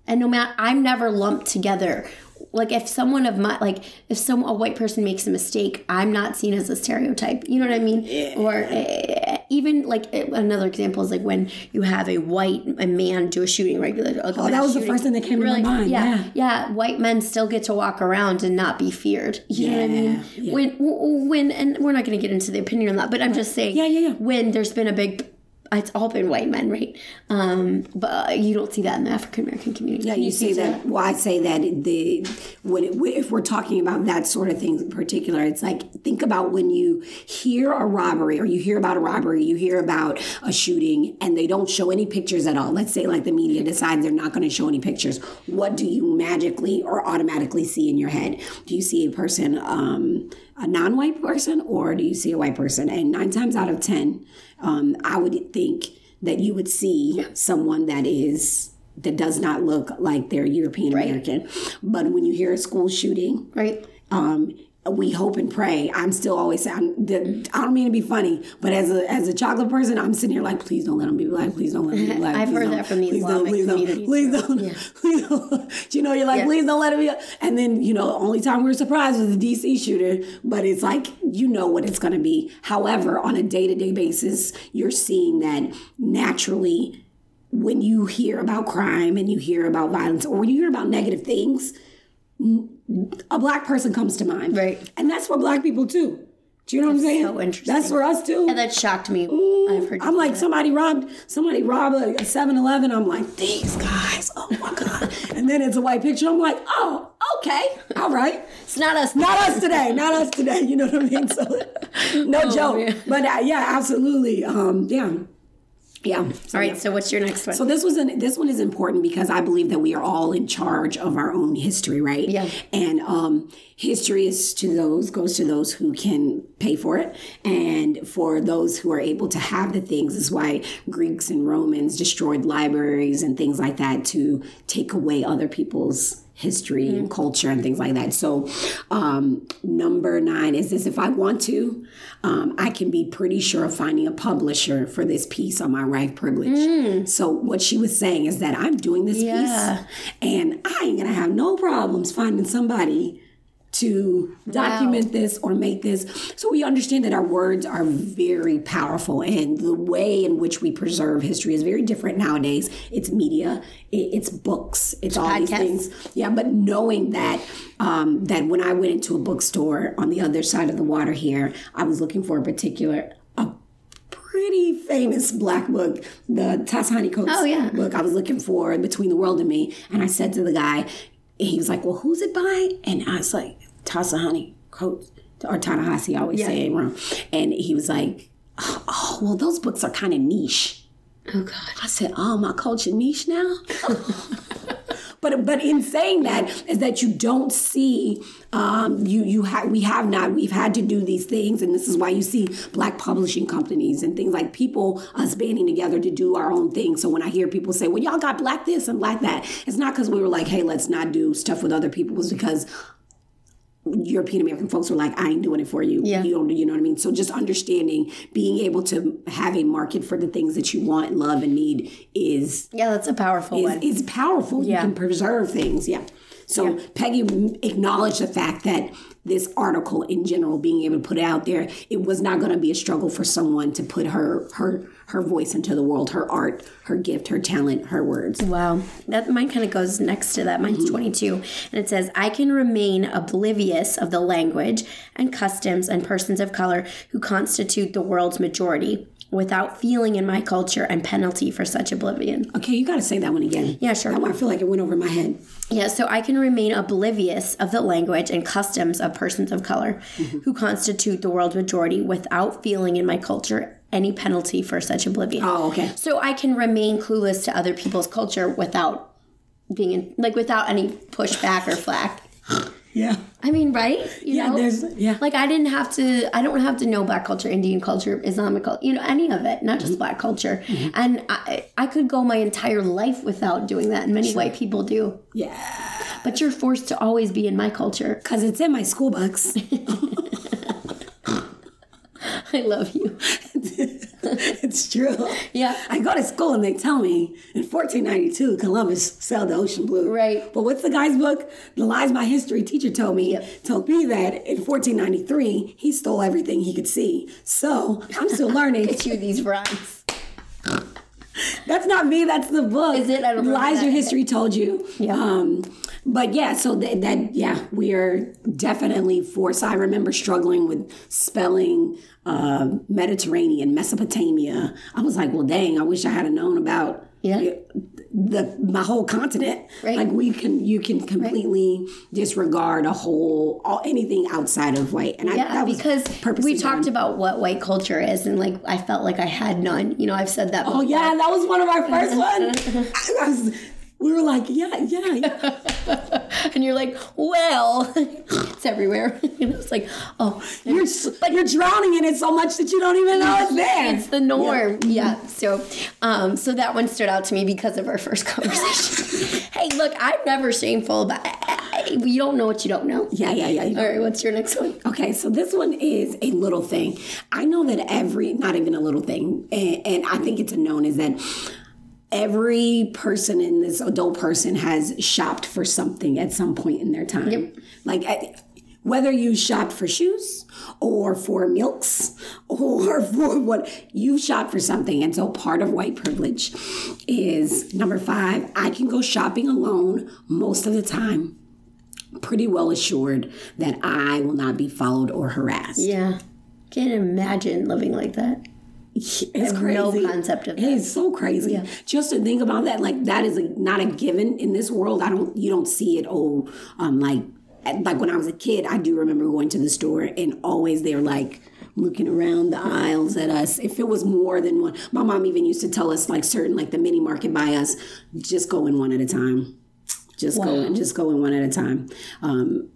S1: And no matter, I'm never lumped together. Like if someone of my like if some a white person makes a mistake, I'm not seen as a stereotype. You know what I mean? Or uh, even like uh, another example is like when you have a white a man do a shooting right? Like, oh,
S2: that was the first thing that came to my mind, yeah.
S1: yeah, white men still get to walk around and not be feared. You know what I mean?
S2: Yeah, yeah.
S1: When, w- when, and we're not going to get into the opinion on that, but I'm just saying,
S2: Yeah, yeah, yeah.
S1: When there's been a big, it's all been white men, right? Um, but uh, you don't see that in the African American community.
S2: Yeah, you say that. Well, I say that the when it, if we're talking about that sort of thing in particular, it's like think about when you hear a robbery or you hear about a robbery, you hear about a shooting, and they don't show any pictures at all. Let's say like the media decides they're not going to show any pictures. What do you magically or automatically see in your head? Do you see a person, um, a non-white person, or do you see a white person? And nine times out of ten, um, I would think that you would see someone that is that does not look like they're European American. But when you hear a school shooting,
S1: Right?
S2: um, we hope and pray. I'm still always I'm, the- I don't mean to be funny, but as a as a chocolate person, I'm sitting here like, please don't let him be black. Please don't let him be black.
S1: I've
S2: please
S1: heard
S2: don't,
S1: that from the
S2: please
S1: Islamic
S2: please
S1: community,
S2: Please don't. Please don't. you know, you're like, please don't let him be. And then you know, only time we were surprised was the DC shooter. But it's like you know what it's going to be. However, on a day to day basis, you're seeing that naturally when you hear about crime and you hear about violence or when you hear about negative things, n- a black person comes to mind.
S1: Right.
S2: And that's for black people too. Do you know what I'm saying?
S1: so interesting.
S2: That's for us too.
S1: That shocked me. I've heard.
S2: I'm like, somebody robbed, somebody robbed a 7 Eleven. I'm like, these guys, oh my God. and then it's a white picture. I'm like, oh, okay, all right.
S1: it's not us.
S2: Not us today, not us today. You know what I mean? So, no
S1: Oh,
S2: joke. But uh, yeah, absolutely. Um, yeah. Yeah. So,
S1: All right. So what's your next one?
S2: so this was an, this one is important because I believe that we are all in charge of our own history, right?
S1: Yeah.
S2: And um, history is to those goes to those who can pay for it, and for those who are able to have the things. Is why Greeks and Romans destroyed libraries and things like that to take away other people's history and culture and things like that. So, um, number nine is this if I want to, um, I can be pretty sure of finding a publisher for this piece on my right privilege. So, what she was saying is that I'm doing this
S1: Yeah.
S2: piece and I ain't gonna have no problems finding somebody to document this or make this. So we understand that our words are very powerful, and the way in which we preserve history is very different nowadays. It's media, i- it's books, it's all
S1: Podcasts.
S2: these things. Yeah, but knowing that um, that when I went into a bookstore on the other side of the water here, I was looking for a particular. A pretty famous black book, the Tassani Coates
S1: Oh, yeah.
S2: book I was looking for, Between the World and Me. And I said to the guy, and he was like, Well, who's it by? And I was like, Tassani Coates or Tanahasi, I always say it wrong. And he was like, Oh, well, those books are kind of niche.
S1: Oh God.
S2: I said, "Oh, my culture niche now." but but in saying that is that you don't see um, you you ha- we have not we've had to do these things, and this is why you see black publishing companies and things like people us banding together to do our own thing. So when I hear people say, "Well, y'all got black this and black that," it's not because we were like, "Hey, let's not do stuff with other people," it's because European American folks were like, I ain't doing it for you.
S1: Yeah.
S2: You don't do, you know what I mean? So just understanding being able to have a market for the things that you want, love, and need is
S1: Yeah, that's a powerful
S2: is,
S1: one.
S2: is powerful.
S1: Yeah.
S2: You can preserve things. Yeah. So Peggy acknowledged the fact that this article in general, being able to put it out there, it was not going to be a struggle for someone to put her her her voice into the world, her art, her gift, her talent, her words.
S1: Wow. That mine kind of goes next to that.
S2: Mm-hmm.
S1: Mine's 22 and it says I can remain oblivious of the language and customs and persons of color who constitute the world's majority without feeling in my culture and penalty for such oblivion.
S2: Okay, you got to say that one again.
S1: Yeah, sure.
S2: That one, I feel like it went over my head.
S1: Yeah, so I can remain oblivious of the language and customs of persons of color
S2: Mm-hmm.
S1: who constitute the world's majority without feeling in my culture any penalty for such oblivion.
S2: Oh, okay.
S1: So I can remain clueless to other people's culture without being in, like without any pushback or flack.
S2: Yeah.
S1: I mean, right? You
S2: Yeah, there's- yeah.
S1: Like I didn't have to. I don't have to know Black culture, Indian culture, Islamic culture. You know, any of it, not just
S2: Mm-hmm.
S1: Black culture. And I, I could go my entire life without doing that, and many white people do.
S2: Yeah.
S1: But you're forced to always be in my culture.
S2: Cause it's in my school books.
S1: I love you.
S2: it's true.
S1: Yeah.
S2: I go to school and they tell me in 1492 Columbus sailed the ocean blue.
S1: Right.
S2: But what's the guy's book? The lies my history teacher told me told me that in 1493 he stole everything he could see. So I'm still learning.
S1: Chew these rhymes.
S2: that's not me. That's the book.
S1: Is it? I don't remember
S2: lies
S1: that.
S2: your history told you.
S1: Yeah.
S2: Um, but yeah, so th- that yeah, we are definitely forced. I remember struggling with spelling uh, Mediterranean, Mesopotamia. I was like, well, dang, I wish I had known about
S1: Yeah.
S2: the my whole continent.
S1: Right.
S2: Like we can you can completely disregard a whole all anything outside of white. And I
S1: Yeah,
S2: that was
S1: because
S2: purposely
S1: we talked
S2: done.
S1: about what white culture is, and like I felt like I had none. You know, I've said that.
S2: Oh yeah, that was one of our first ones. I- I was- we were like, yeah, yeah, yeah.
S1: and you're like, well, it's everywhere. and it's like, oh,
S2: You're, but you're drowning in it so much that you don't even know it's there.
S1: it's the norm. Yeah. So, um, so that one stood out to me because of our first conversation. hey, look, I'm never shameful, but I, I, you don't know what you don't know.
S2: yeah, yeah, yeah.
S1: All right, what's your next one?
S2: Okay, so this one is a little thing. I know that every, not even a little thing, and, and I think it's a known, is that every person in this adult person has shopped for something at some point in their time. Like, I- whether you shopped for shoes or for milks or for what, you shopped for something. And so part of white privilege is number five, I can go shopping alone most of the time pretty well assured that I will not be followed or harassed.
S1: Yeah. Can't imagine living like that.
S2: It's
S1: have
S2: crazy.
S1: no concept of
S2: it
S1: that.
S2: is so crazy. Just to think about that, like that is a, not a given in this world. I don't, you don't see it. Oh, um, like like when I was a kid, I do remember going to the store and always they're like looking around the aisles at us. If it was more than one, my mom even used to tell us like certain like the mini market by us, just go in one at a time. Just go in, just go in one at a time. Um,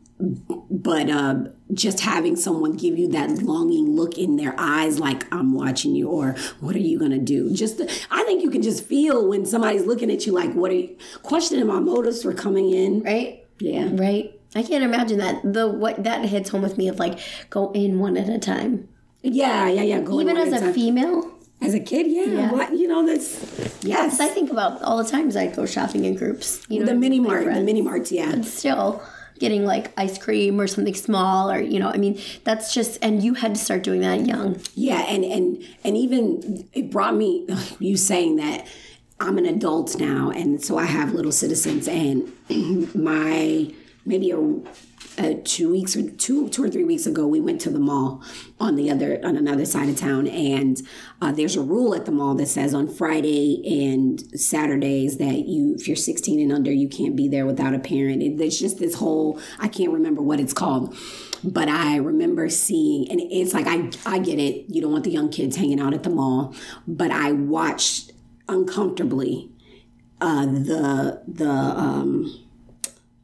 S2: but uh, just having someone give you that longing look in their eyes like i'm watching you or what are you going to do just i think you can just feel when somebody's looking at you like what are you questioning my motives for coming in
S1: Right?
S2: yeah
S1: Right. I can't imagine that. The what that hits home with me of like go in one at a time.
S2: yeah yeah yeah going
S1: Even
S2: on
S1: as
S2: at
S1: a
S2: time.
S1: female,
S2: as a kid yeah,
S1: Yeah.
S2: What, you know that's yes
S1: I think about all the times I go shopping in groups. You know,
S2: the mini
S1: with my
S2: mart the
S1: friends.
S2: mini marts yeah
S1: Still, getting like ice cream or something small or you know i mean that's just and you had to start doing that young
S2: Yeah, and and and even it brought me you saying that I'm an adult now, and so I have little citizens, and my maybe a, a two weeks or two two or three weeks ago, we went to the mall on the other on another side of town, and uh, there's a rule at the mall that says on Friday and Saturdays that you if you're 16 and under, you can't be there without a parent. It, there's just this whole I can't remember what it's called but I remember seeing, and it's like I I get it. You don't want the young kids hanging out at the mall, but I watched uncomfortably uh, the the um,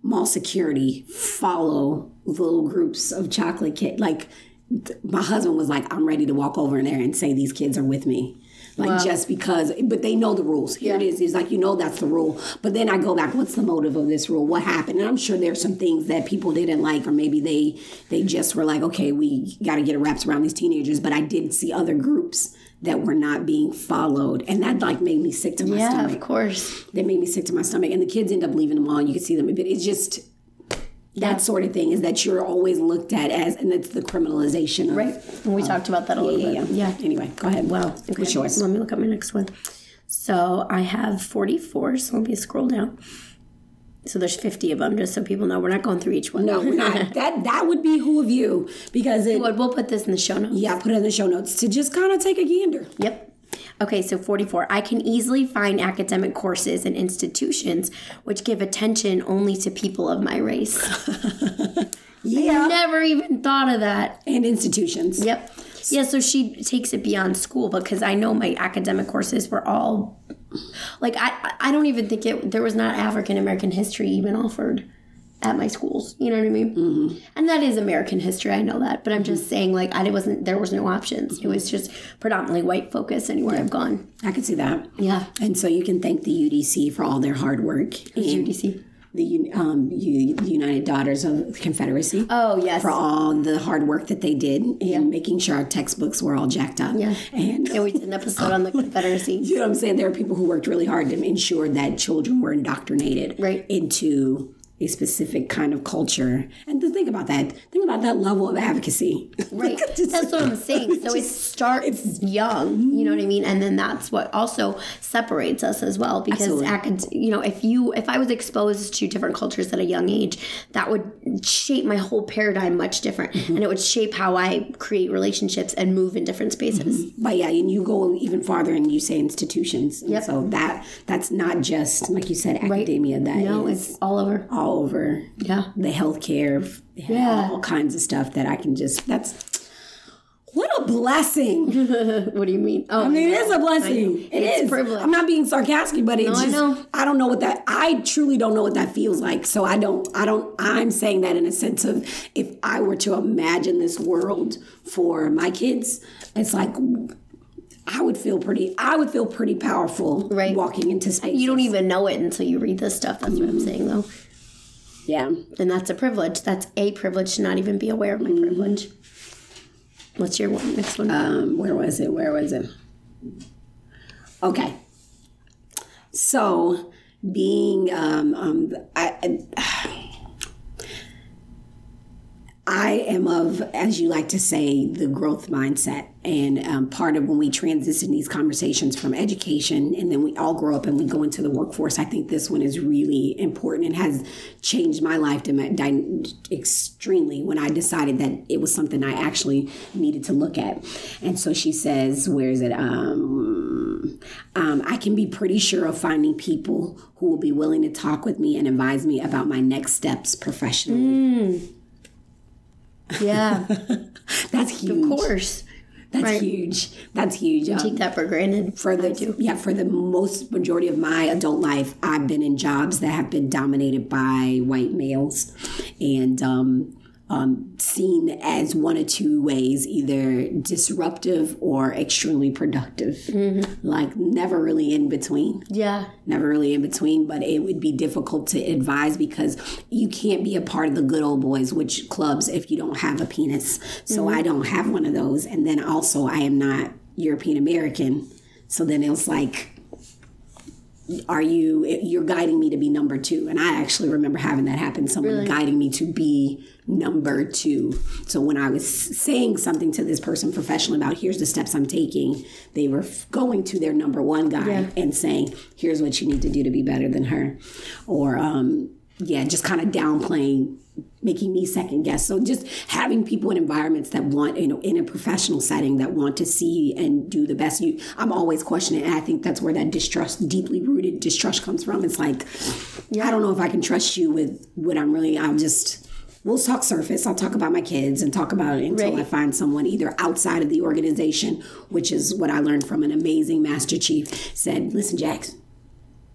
S2: mall security follow little groups of chocolate kids. Like th- my husband was like, I'm ready to walk over in there and say these kids are with me. Like just because, but they know the rules. Here it is. It's like you know that's the rule. But then I go back. What's the motive of this rule? What happened? And I'm sure there's some things that people didn't like, or maybe they they just were like, okay, we got to get our wraps around these teenagers. But I did see other groups that were not being followed, and that like made me sick to my
S1: yeah
S2: stomach
S1: of course
S2: that made me sick to my stomach. And the kids end up leaving them all. You can see them, but it's just that sort of thing is that you're always looked at as, and it's the criminalization of.
S1: right and we talked about that a little
S2: Yeah, yeah,
S1: bit
S2: yeah. Anyway, go ahead. Well, what's yours?
S1: Let me look at my next one. So I have 44. So let me scroll down. So there's 50 of them, just so people know we're not going through each one.
S2: No, we're not. that that would be who of you because it.
S1: But we'll put this in the show notes.
S2: Yeah, I put it in the show notes to just kind of take a gander.
S1: Yep. Okay, so 44. I can easily find academic courses and institutions which give attention only to people of my race.
S2: Yeah,
S1: Never even thought of that.
S2: and institutions.
S1: Yep. Yeah, so she takes it beyond school because I know my academic courses were all like I I- I don't even think it there was not African American history even offered at my schools. You know what I mean? Mm-hmm. And that is American history. I know that, but I'm just saying like I wasn't there was no options. It was just predominantly white focus anywhere I've gone.
S2: I could see that.
S1: Yeah.
S2: And so you can thank the UDC for all their hard work. And
S1: UDC.
S2: the U- um, U- United Daughters of the Confederacy.
S1: Oh yes.
S2: for all the hard work that they did in making sure our textbooks were all jacked up.
S1: Yeah.
S2: And
S1: yeah, we did an episode on the Confederacy.
S2: you know what I'm saying? There are people who worked really hard to ensure that children were indoctrinated
S1: Right.
S2: into a specific kind of culture. And to think about that, think about that level of advocacy.
S1: Right.
S2: Just-
S1: That's what I'm saying. So it starts young, you know what I mean? And then that's what also separates us as well because acad- you know, if you if I was exposed to different cultures at a young age, that would shape my whole paradigm much different
S2: Mm-hmm.
S1: and it would shape how I create relationships and move in different spaces.
S2: but yeah, and you go even farther and you say institutions. And
S1: Yep.
S2: so that that's not just like you said, academia. That
S1: No,
S2: is
S1: it's all over.
S2: all over
S1: Yeah.
S2: the healthcare, f-
S1: Yeah.
S2: all kinds of stuff that I can just that's what a blessing.
S1: What do you mean? Oh,
S2: I mean, it is a blessing. It
S1: It's
S2: is.
S1: privilege.
S2: I'm not being sarcastic, but it's
S1: I
S2: just
S1: know.
S2: I don't know what that I truly don't know what that feels like. So I don't I don't I'm saying that in a sense of if I were to imagine this world for my kids, it's like I would feel pretty I would feel pretty powerful
S1: Right.
S2: walking into space.
S1: you don't even know it until you read this stuff. That's what I'm saying though.
S2: Mm-hmm. Yeah.
S1: And that's a privilege. That's a privilege to not even be aware of my
S2: Mm-hmm.
S1: privilege. What's your one, next one?
S2: um, where was it? Where was it? Okay. So being um, um, I, I am of, as you like to say, the growth mindset. And um, part of when we transition these conversations from education and then we all grow up and we go into the workforce, I think this one is really important and has changed my life dim- dy- extremely when I decided that it was something I actually needed to look at. And so she says, Where is it? Um, um, I can be pretty sure of finding people who will be willing to talk with me and advise me about my next steps professionally.
S1: yeah,
S2: That's huge.
S1: of course.
S2: That's
S1: Right.
S2: huge. That's huge. Um,
S1: Take that for granted.
S2: for the yeah, for the most majority of my adult life, I've been in jobs that have been dominated by white males, and um, um, seen as one or two ways, either disruptive or extremely productive.
S1: Mm-hmm.
S2: Like never really in between
S1: Yeah,
S2: never really in between, but it would be difficult to advise because you can't be a part of the good old boys, which clubs, if you don't have a penis. So I don't have one of those. And then also, I am not European American. So then it was like, are you you're guiding me to be number two and i actually remember having that happen someone guiding me to be number two so when i was saying something to this person professionally about here's the steps i'm taking they were f- going to their number one guy and saying here's what you need to do to be better than her or um, yeah just kind of downplaying making me second guess so just having people in environments that want you know in a professional setting that want to see and do the best you i'm always questioning and i think that's where that distrust deeply rooted distrust comes from it's like i don't know if i can trust you with what i'm really i'm just we'll talk surface i'll talk about my kids and talk about it until i find someone either outside of the organization which is what i learned from an amazing master chief said listen jackson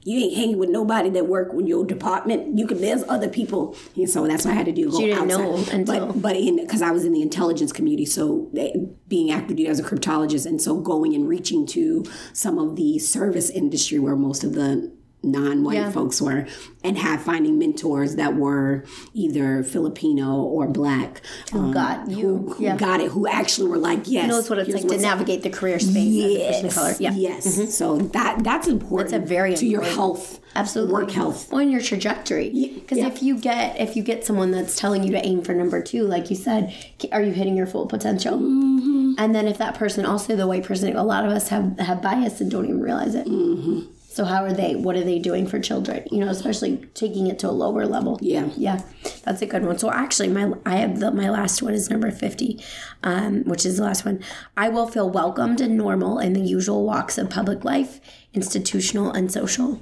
S2: you ain't hanging with nobody that work in your department. You can there's other people, and so that's what I had to do. Go
S1: you didn't know until-
S2: but but in because I was in the intelligence community, so they- being active duty as a cryptologist, and so going and reaching to some of the service industry where most of the non-white folks were, and have finding mentors that were either Filipino or black. um,
S1: got
S2: who,
S1: you.
S2: who
S1: Yeah.
S2: got it? Who actually were like, yes,
S1: knows what it's
S2: here's
S1: like to
S2: what's-
S1: navigate the career space as a person of color. Yeah.
S2: Yes. So that that's important.
S1: That's a very
S2: to your
S1: important-
S2: health,
S1: Absolutely.
S2: work health.
S1: On your trajectory. Because
S2: yeah.
S1: if you get if you get someone that's telling you to aim for number two, like you said, c- are you hitting your full potential?
S2: Mm-hmm.
S1: And then if that person also the white person, a lot of us have have bias and don't even realize it.
S2: Mm-hmm.
S1: So how are they? What are they doing for children? You know, especially taking it to a lower level.
S2: Yeah.
S1: yeah, that's a good one. So actually, my I have the, my last one is number fifty, um, which is the last one. I will feel welcomed and normal in the usual walks of public life, institutional and social.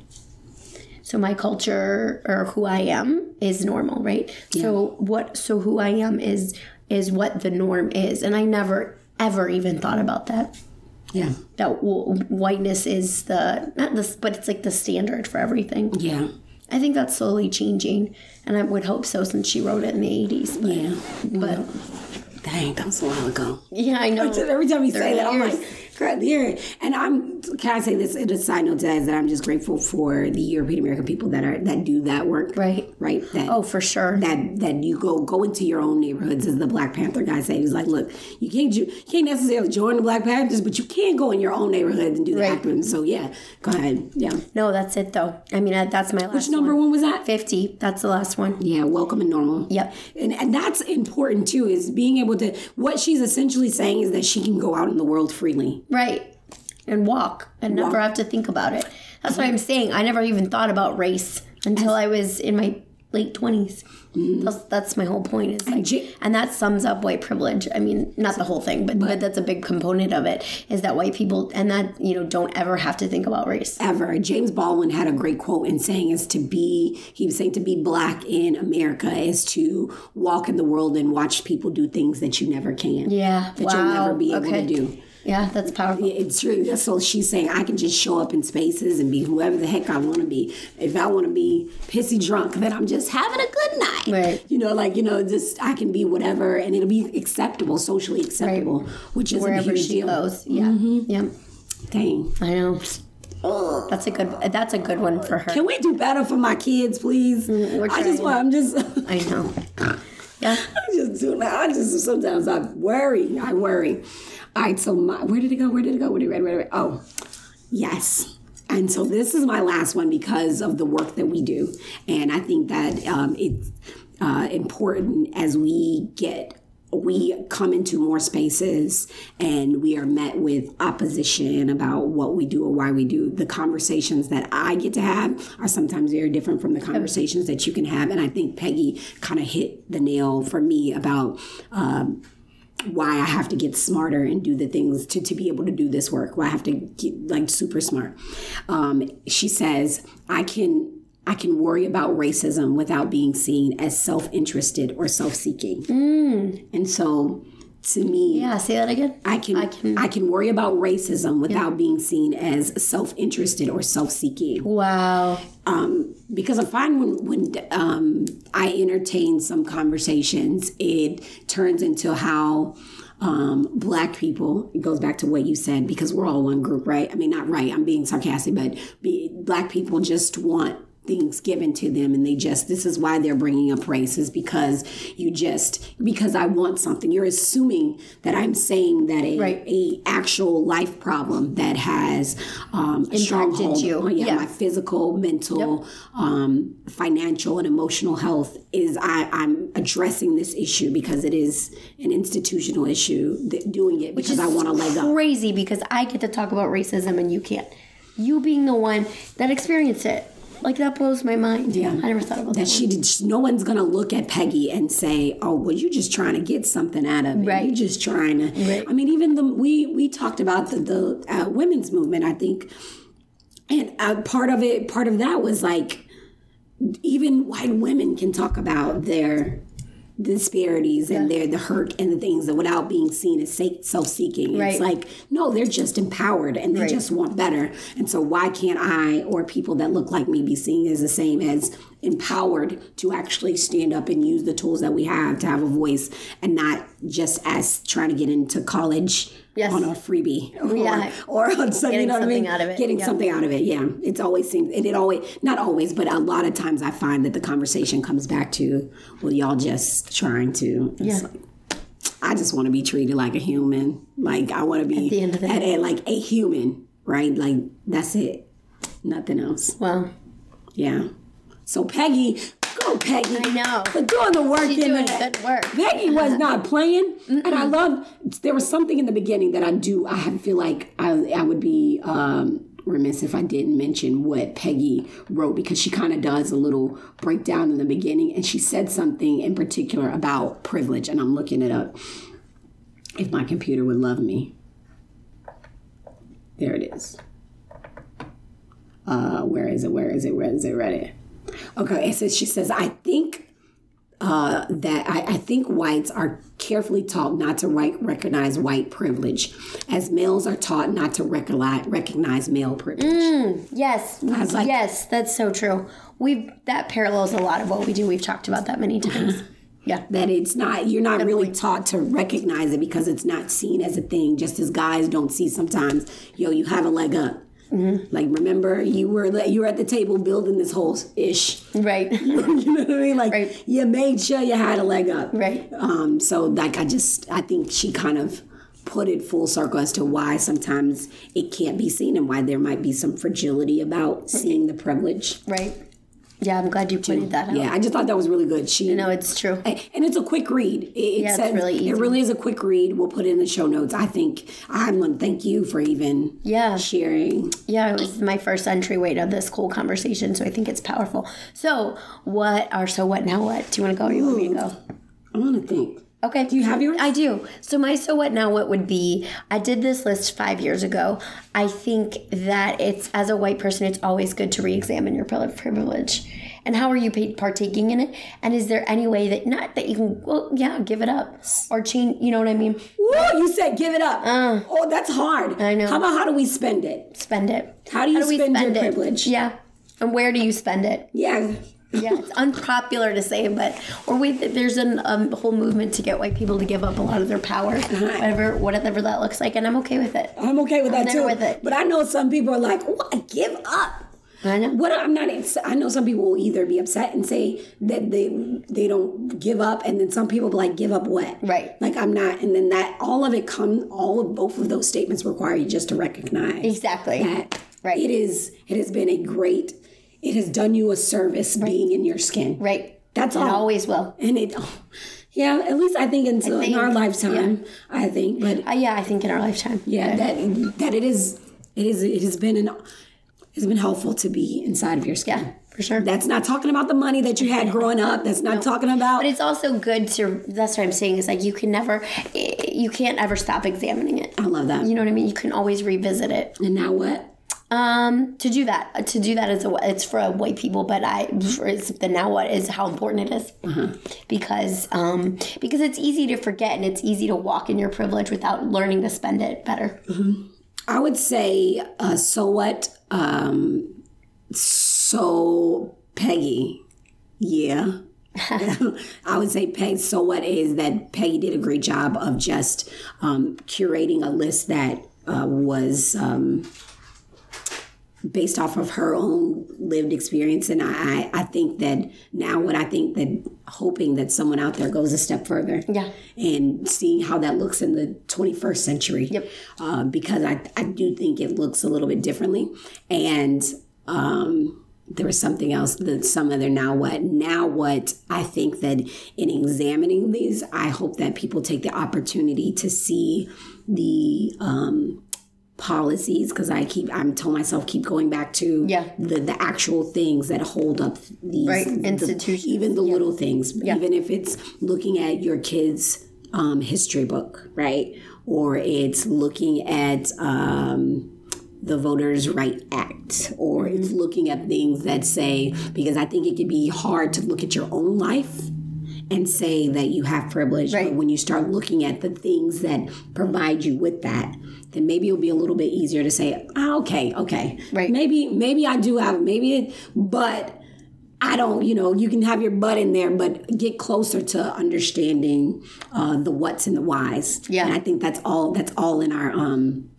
S1: So my culture or who I am is normal, right? So what? So who I am is is what the norm is, and I never ever even thought about that
S2: Yeah.
S1: that w- whiteness is the not this but it's like the standard for everything
S2: Yeah.
S1: i think that's slowly changing and i would hope so since she wrote it in the 80s but,
S2: Yeah.
S1: but
S2: Dang, that was a while ago.
S1: yeah i know
S2: Every time you say that, I'm
S1: 30
S2: like, girl, the year. And I'm, can I say this? It is a side note to that is that I'm just grateful for the European American people that are that do that work.
S1: Right.
S2: Right. That,
S1: oh for sure
S2: that that you go go into your own neighborhoods as the Black Panther guy said. He's like, look, you can't you can't necessarily join the Black Panthers, but you can go in your own neighborhood and do the
S1: Right.
S2: activism. So yeah, go ahead. Yeah.
S1: no that's it though i mean I, that's my last
S2: Which number one was that?
S1: 50 that's the last one
S2: Yeah, welcome and normal.
S1: Yep.
S2: And, and that's important too, is being able to, what she's essentially saying is that she can go out in the world freely.
S1: right and walk and never have to think about it that's what i'm saying i never even thought about race until i was in my late 20s that's, that's my whole point is like
S2: J-
S1: and that sums up white privilege i mean not the whole thing but, but that's a big component of it is that white people and that you know don't ever have to think about race
S2: Ever. James Baldwin had a great quote in saying is to be, he was saying to be black in America is to walk in the world and watch people do things that you never can.
S1: yeah
S2: That
S1: wow.
S2: you'll never be able
S1: okay.
S2: to do.
S1: yeah that's powerful
S2: It's true. That's so she's saying I can just show up in spaces and be whoever the heck I want to be. If I want to be pissy drunk, then I'm just having a good night.
S1: Right.
S2: You know, like you know, just I can be whatever, and it'll be acceptable, socially acceptable, which is a
S1: wherever
S2: huge
S1: she
S2: deal. Mm-hmm.
S1: goes yeah yeah
S2: Dang.
S1: i know that's a good that's a good one for her
S2: Can we do better for my kids, please?
S1: Mm, we're
S2: I
S1: trying.
S2: just want. I'm just. I'm
S1: i know yeah
S2: just doing. that. I just sometimes I worry. I worry. All right. So my where did it go? Where did it go? Where did it go? Where did it go? Oh. Yes. And so this is my last one because of the work that we do. And I think that um, it's uh, important as we get, we come into more spaces and we are met with opposition about what we do or why we do. The conversations that I get to have are sometimes very different from the conversations that you can have. And I think Peggy kind of hit the nail for me about uh, why I have to get smarter and do the things to, to be able to do this work. Why I have to get like super smart. Um, she says, I can I can worry about racism without being seen as self interested or self seeking. And so to me,
S1: yeah say that again
S2: I can, Mm. I can worry about racism without being seen as self interested or self seeking
S1: wow
S2: because I find when when um, I entertain some conversations, it turns into how um, black people. It goes back to what you said because we're all one group, right? I mean, not right. I'm being sarcastic, but be, black people just want things given to them and they just this is why they're bringing up race is because you just because I want something you're assuming that I'm saying that a
S1: Right.
S2: a actual life problem that has um a stronghold
S1: you.
S2: on, yeah,
S1: Yeah.
S2: my physical mental um financial and emotional health is I I'm addressing this issue because it is an institutional issue that doing it because I want a leg up
S1: Crazy because I get to talk about racism and you can't. You being the one that experienced it. Like that blows my mind. Yeah. I never thought about that.
S2: that she did no one's gonna look at Peggy and say, "Oh, well, you're just trying to get something out of it.
S1: Right.
S2: You're just trying to." I mean, even the we we talked about the the uh, women's movement. I think, and uh, part of it, part of that was like, even white women can talk about their disparities and their the hurt and the things that without being seen as self seeking.
S1: Right.
S2: It's like no, they're just empowered and they
S1: Right.
S2: just want better. And so why can't I or people that look like me be seen as the same as empowered to actually stand up and use the tools that we have to have a voice and not just as trying to get into college
S1: Yes.
S2: on a freebie or,
S1: Yeah.
S2: or on some, you
S1: Getting
S2: know what I mean?
S1: something out of it,
S2: Getting
S1: yeah.
S2: something out of it. Yeah. It's always seems and it always not always, but a lot of times I find that the conversation comes back to, well, y'all just trying to. It's
S1: Yeah.
S2: like, I just want to be treated like a human. Like I want to be at
S1: the end of the
S2: a, like a human, right? Like that's it. Nothing else.
S1: Well,
S2: Yeah. So Peggy, go Peggy.
S1: I know.
S2: For doing the work
S1: She's
S2: in
S1: Oh. doing
S2: that.
S1: good work.
S2: Peggy was not playing. And I love there was something in the beginning that I do I have- feel like I I would be um remiss if I didn't mention what Peggy wrote because she kind of does a little breakdown in the beginning and she said something in particular about privilege and I'm looking it up. If my computer would love me. There it is. Uh, where is it? Where is it? Where is it? Reddit. Okay, it says she says I think uh, that I, I think whites are carefully taught not to right, recognize white privilege, as males are taught not to recognize, recognize male privilege.
S1: yes.
S2: was like-
S1: yes, that's so true. We've that parallels a lot of what we do. We've talked about that many times. yeah.
S2: That it's not you're not really taught to recognize it because it's not seen as a thing. Just as guys don't see sometimes, yo, you have a leg up. Like remember, you were the- you were at the table building this whole ish.
S1: Right.
S2: you know what I mean? Like
S1: Right.
S2: you made sure you had a leg up.
S1: Right.
S2: Um, so like I just I think she kind of put it full circle as to why sometimes it can't be seen and why there might be some fragility about seeing the privilege.
S1: right. Yeah, I'm glad you pointed that out.
S2: Yeah, I just thought that was really good. She
S1: No, it's true.
S2: and and it's a quick read. It, it
S1: uh, it's
S2: says-
S1: really easy.
S2: It really is a quick read. We'll put it in the show notes. I think I want to thank you for even
S1: Yeah.
S2: sharing.
S1: Yeah, it was my first entryway to this whole conversation, so I think it's powerful. So, what are so what now what? Do you want to go or you want me to go?
S2: I want to think.
S1: Okay. Do
S2: you have yours?
S1: I do. So my so what now what would be I did this list five years ago. I think that it's as a white person, it's always good to re-examine your pri- privilege. And how are you pa- partaking in it? And is there any way that not that you can well yeah give it up or change? You know what I mean?
S2: Woo, you said give it up. oh, that's hard.
S1: Uh. I know.
S2: How about how do we spend it?
S1: Spend it.
S2: How do you
S1: we
S2: spend your
S1: it?
S2: privilege?
S1: Yeah. And where do you spend it?
S2: Yeah.
S1: yeah, it's unpopular to say, but or we there's an um, whole movement to get white people to give up a lot of their power, whatever whatever that looks like, and I'm okay with it.
S2: I'm okay with that
S1: there
S2: too.
S1: with it.
S2: But I know some people are like, "What? Give up."
S1: I know.
S2: What I'm not. I know some people will either be upset and say that they they don't give up, and then some people be like, "Give up what?"
S1: Right.
S2: Like I'm not, and then that all of it come. All of both of those statements require you just to recognize
S1: Exactly.
S2: that
S1: Right.
S2: It is. It has been a great. It has done you a service being in your skin.
S1: Right.
S2: That's
S1: It
S2: all.
S1: always will.
S2: And it. oh, yeah. At least I think until
S1: think-
S2: in our lifetime. I think, but
S1: Uh, yeah, I think in our lifetime.
S2: yeah that that it is it is it has been an it's been helpful to be inside of your skin
S1: Yeah, for sure.
S2: that's not talking about the money that you had growing up that's not talking about
S1: But it's also good to. That's what I'm saying is like you can never, eh, you can't ever stop examining it.
S2: i love that
S1: You know what I mean? You can always revisit it.
S2: and now what
S1: Um, to do that, to do that is a, it's for white people, but I for- it's the now what is how important it is.
S2: Mm-hmm.
S1: because um, because it's easy to forget and it's easy to walk in your privilege without learning to spend it better.
S2: i would say uh so what um so peggy yeah I would say Peg. So what is that? Peggy did a great job of just um, curating a list that uh, was um, based off of her own lived experience. And I, I think that now what I think that hoping that someone out there goes a step further.
S1: Yeah.
S2: And seeing how that looks in the 21st century. Yep. Uh, because I, I do think it looks a little bit differently. And um, there was something else that some other now what now what i think that in examining these i hope that people take the opportunity to see the um policies because i keep i'm told myself keep going back to
S1: Yeah.
S2: the, the actual things that hold up these
S1: Right,
S2: the-
S1: institutions.
S2: even the little things even if it's looking at your kids um history book right or it's looking at um the Voters' Right Act, or
S1: Mm-hmm.
S2: it's looking at things that say, because I think it can be hard to look at your own life and say that you have privilege. But when you start looking at the things that provide you with that, then maybe it'll be a little bit easier to say, ah, okay, okay,
S1: Right.
S2: Maybe, maybe I do have, maybe, it, but I don't, you know, you can have your butt in there, but get closer to understanding uh, the what's and the whys.
S1: Yeah.
S2: and I think that's all. That's all in our. Um,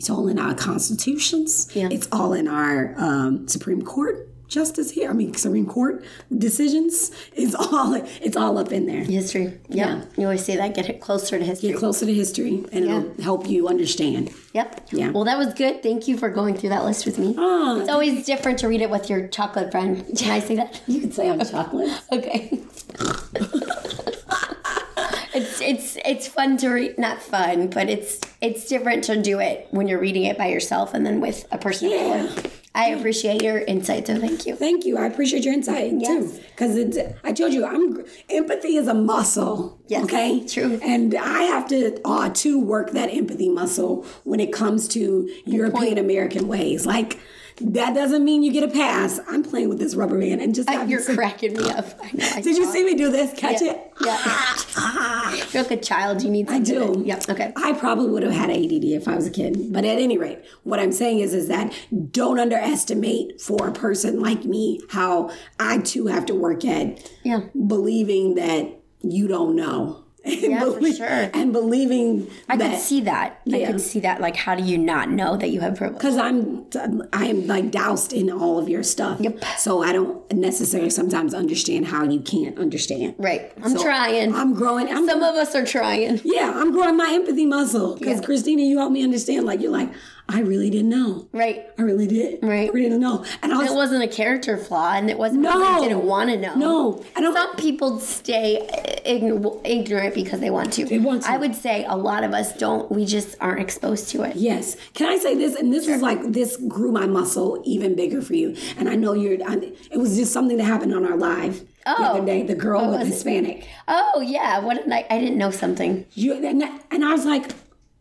S2: it's all in our constitutions.
S1: Yeah.
S2: It's all in our um, Supreme Court justice here. I mean, Supreme Court decisions. It's all. It's all up in there.
S1: History. Yep.
S2: Yeah.
S1: You always say that. Get it closer to history.
S2: Get closer to history, and it'll
S1: Yeah.
S2: help you understand.
S1: Yep.
S2: Yeah.
S1: Well, that was good. Thank you for going through that list with me.
S2: Oh.
S1: It's always different to read it with your chocolate friend. Can I say that?
S2: You could say I'm chocolate.
S1: Okay. it's it's it's fun to read. Not fun, but it's it's different to do it when you're reading it by yourself and then with a person.
S2: Yeah.
S1: I appreciate your insight, so thank you.
S2: Thank you. I appreciate your insight too. Because it, I told you, I'm empathy is a muscle.
S1: Yes,
S2: Okay.
S1: true.
S2: And I have to uh, to work that empathy muscle when it comes to European American ways. Like that doesn't mean you get a pass. I'm playing with this rubber band and just
S1: Uh,
S2: having
S1: You're
S2: some-
S1: cracking me up. I know. I
S2: Did you
S1: saw
S2: see me do this? Catch
S1: Yeah.
S2: it.
S1: Yeah.
S2: Ah, ah.
S1: You're like a child. You need.
S2: I
S1: something
S2: do.
S1: to- Yep. Okay.
S2: I probably would have had ADD if I was a kid. But at any rate, what I'm saying is, is that don't underestimate for a person like me how I too have to work at
S1: Yeah.
S2: believing that you don't know.
S1: Yeah, for
S2: Belie-
S1: sure.
S2: And believing
S1: I
S2: that
S1: could see that. I
S2: Yeah.
S1: could see that. Like, how do you not know that you have privilege?
S2: because I'm I am like doused in all of your stuff.
S1: Yep.
S2: So I don't necessarily sometimes understand how you can't understand.
S1: Right. I'm
S2: So
S1: trying.
S2: I'm growing. I'm
S1: Some of us are trying.
S2: yeah. I'm growing my empathy muscle because Christina, you helped me understand. Like you're like I really didn't know.
S1: Right.
S2: I really did.
S1: Right.
S2: I really didn't know. And I was
S1: It wasn't a character flaw, and it wasn't. because
S2: No.
S1: I didn't want to know.
S2: no. I don't.
S1: Some people stay uh, ign- ignorant because they want to. They
S2: want to.
S1: I would say a lot of us don't. We just aren't exposed to it.
S2: Yes. Can I say this? And this was like this grew my muscle even bigger for you. And I know you're. I, it was just something that happened on our live the
S1: Oh.
S2: other day. The girl with
S1: was it?
S2: Hispanic.
S1: Oh yeah, what a night! I didn't know something.
S2: You and, I- and I was like,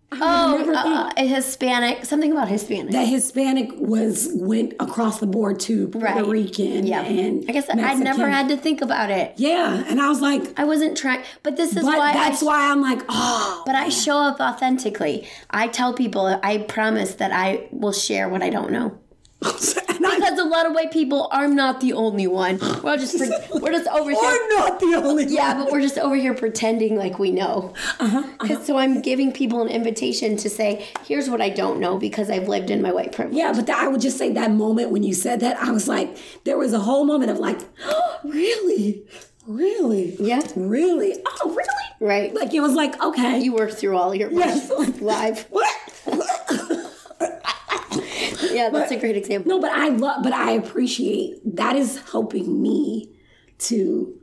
S2: I would
S1: Oh,
S2: never
S1: uh,
S2: think
S1: a Hispanic. Something about Hispanic.
S2: that Hispanic was went across the board to Puerto
S1: Right.
S2: Rican.
S1: yeah.
S2: And
S1: I guess I never
S2: Mexican.
S1: had to think about it.
S2: Yeah, and I was like,
S1: I wasn't trying, but this is
S2: but
S1: why.
S2: that's
S1: I,
S2: why I'm like, oh,
S1: But I show up authentically. I tell people. I promise that I will share what I don't know.
S2: and I,
S1: Because a lot of white people, I'm not the only one. We're all just pre- we're just over here.
S2: I'm not the only.
S1: Yeah,
S2: one.
S1: but we're just over here pretending like we know.
S2: Uh-huh,
S1: Because So I'm giving people an invitation to say, here's what I don't know because I've lived in my white privilege.
S2: Yeah, but that, I would just say that moment when you said that, I was like, there was a whole moment of like, really, really,
S1: Yeah.
S2: really, oh, really,
S1: Right.
S2: Like it was like, okay,
S1: You work through all your
S2: Yes.
S1: live.
S2: what?
S1: Yeah, that's a great example.
S2: No, but I love, but I appreciate that is helping me to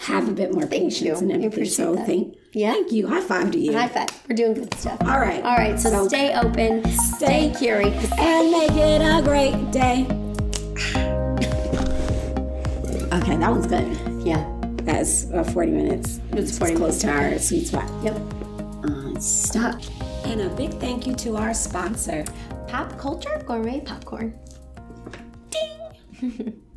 S2: have a bit more patience
S1: you.
S2: and
S1: I
S2: empathy.
S1: appreciate
S2: So
S1: that.
S2: thank,
S1: Yeah.
S2: thank you. High five to you.
S1: High five. We're doing good stuff.
S2: All right.
S1: All right. So,
S2: So-
S1: stay open, stay curious.
S2: and make it a great day. okay, that one's good.
S1: Yeah.
S2: That's uh, 40 minutes.
S1: It's 40
S2: close to our sweet spot.
S1: Yep.
S2: Uh, stop. And a big thank you to our sponsor.
S1: Pop culture gourmet popcorn. Ding.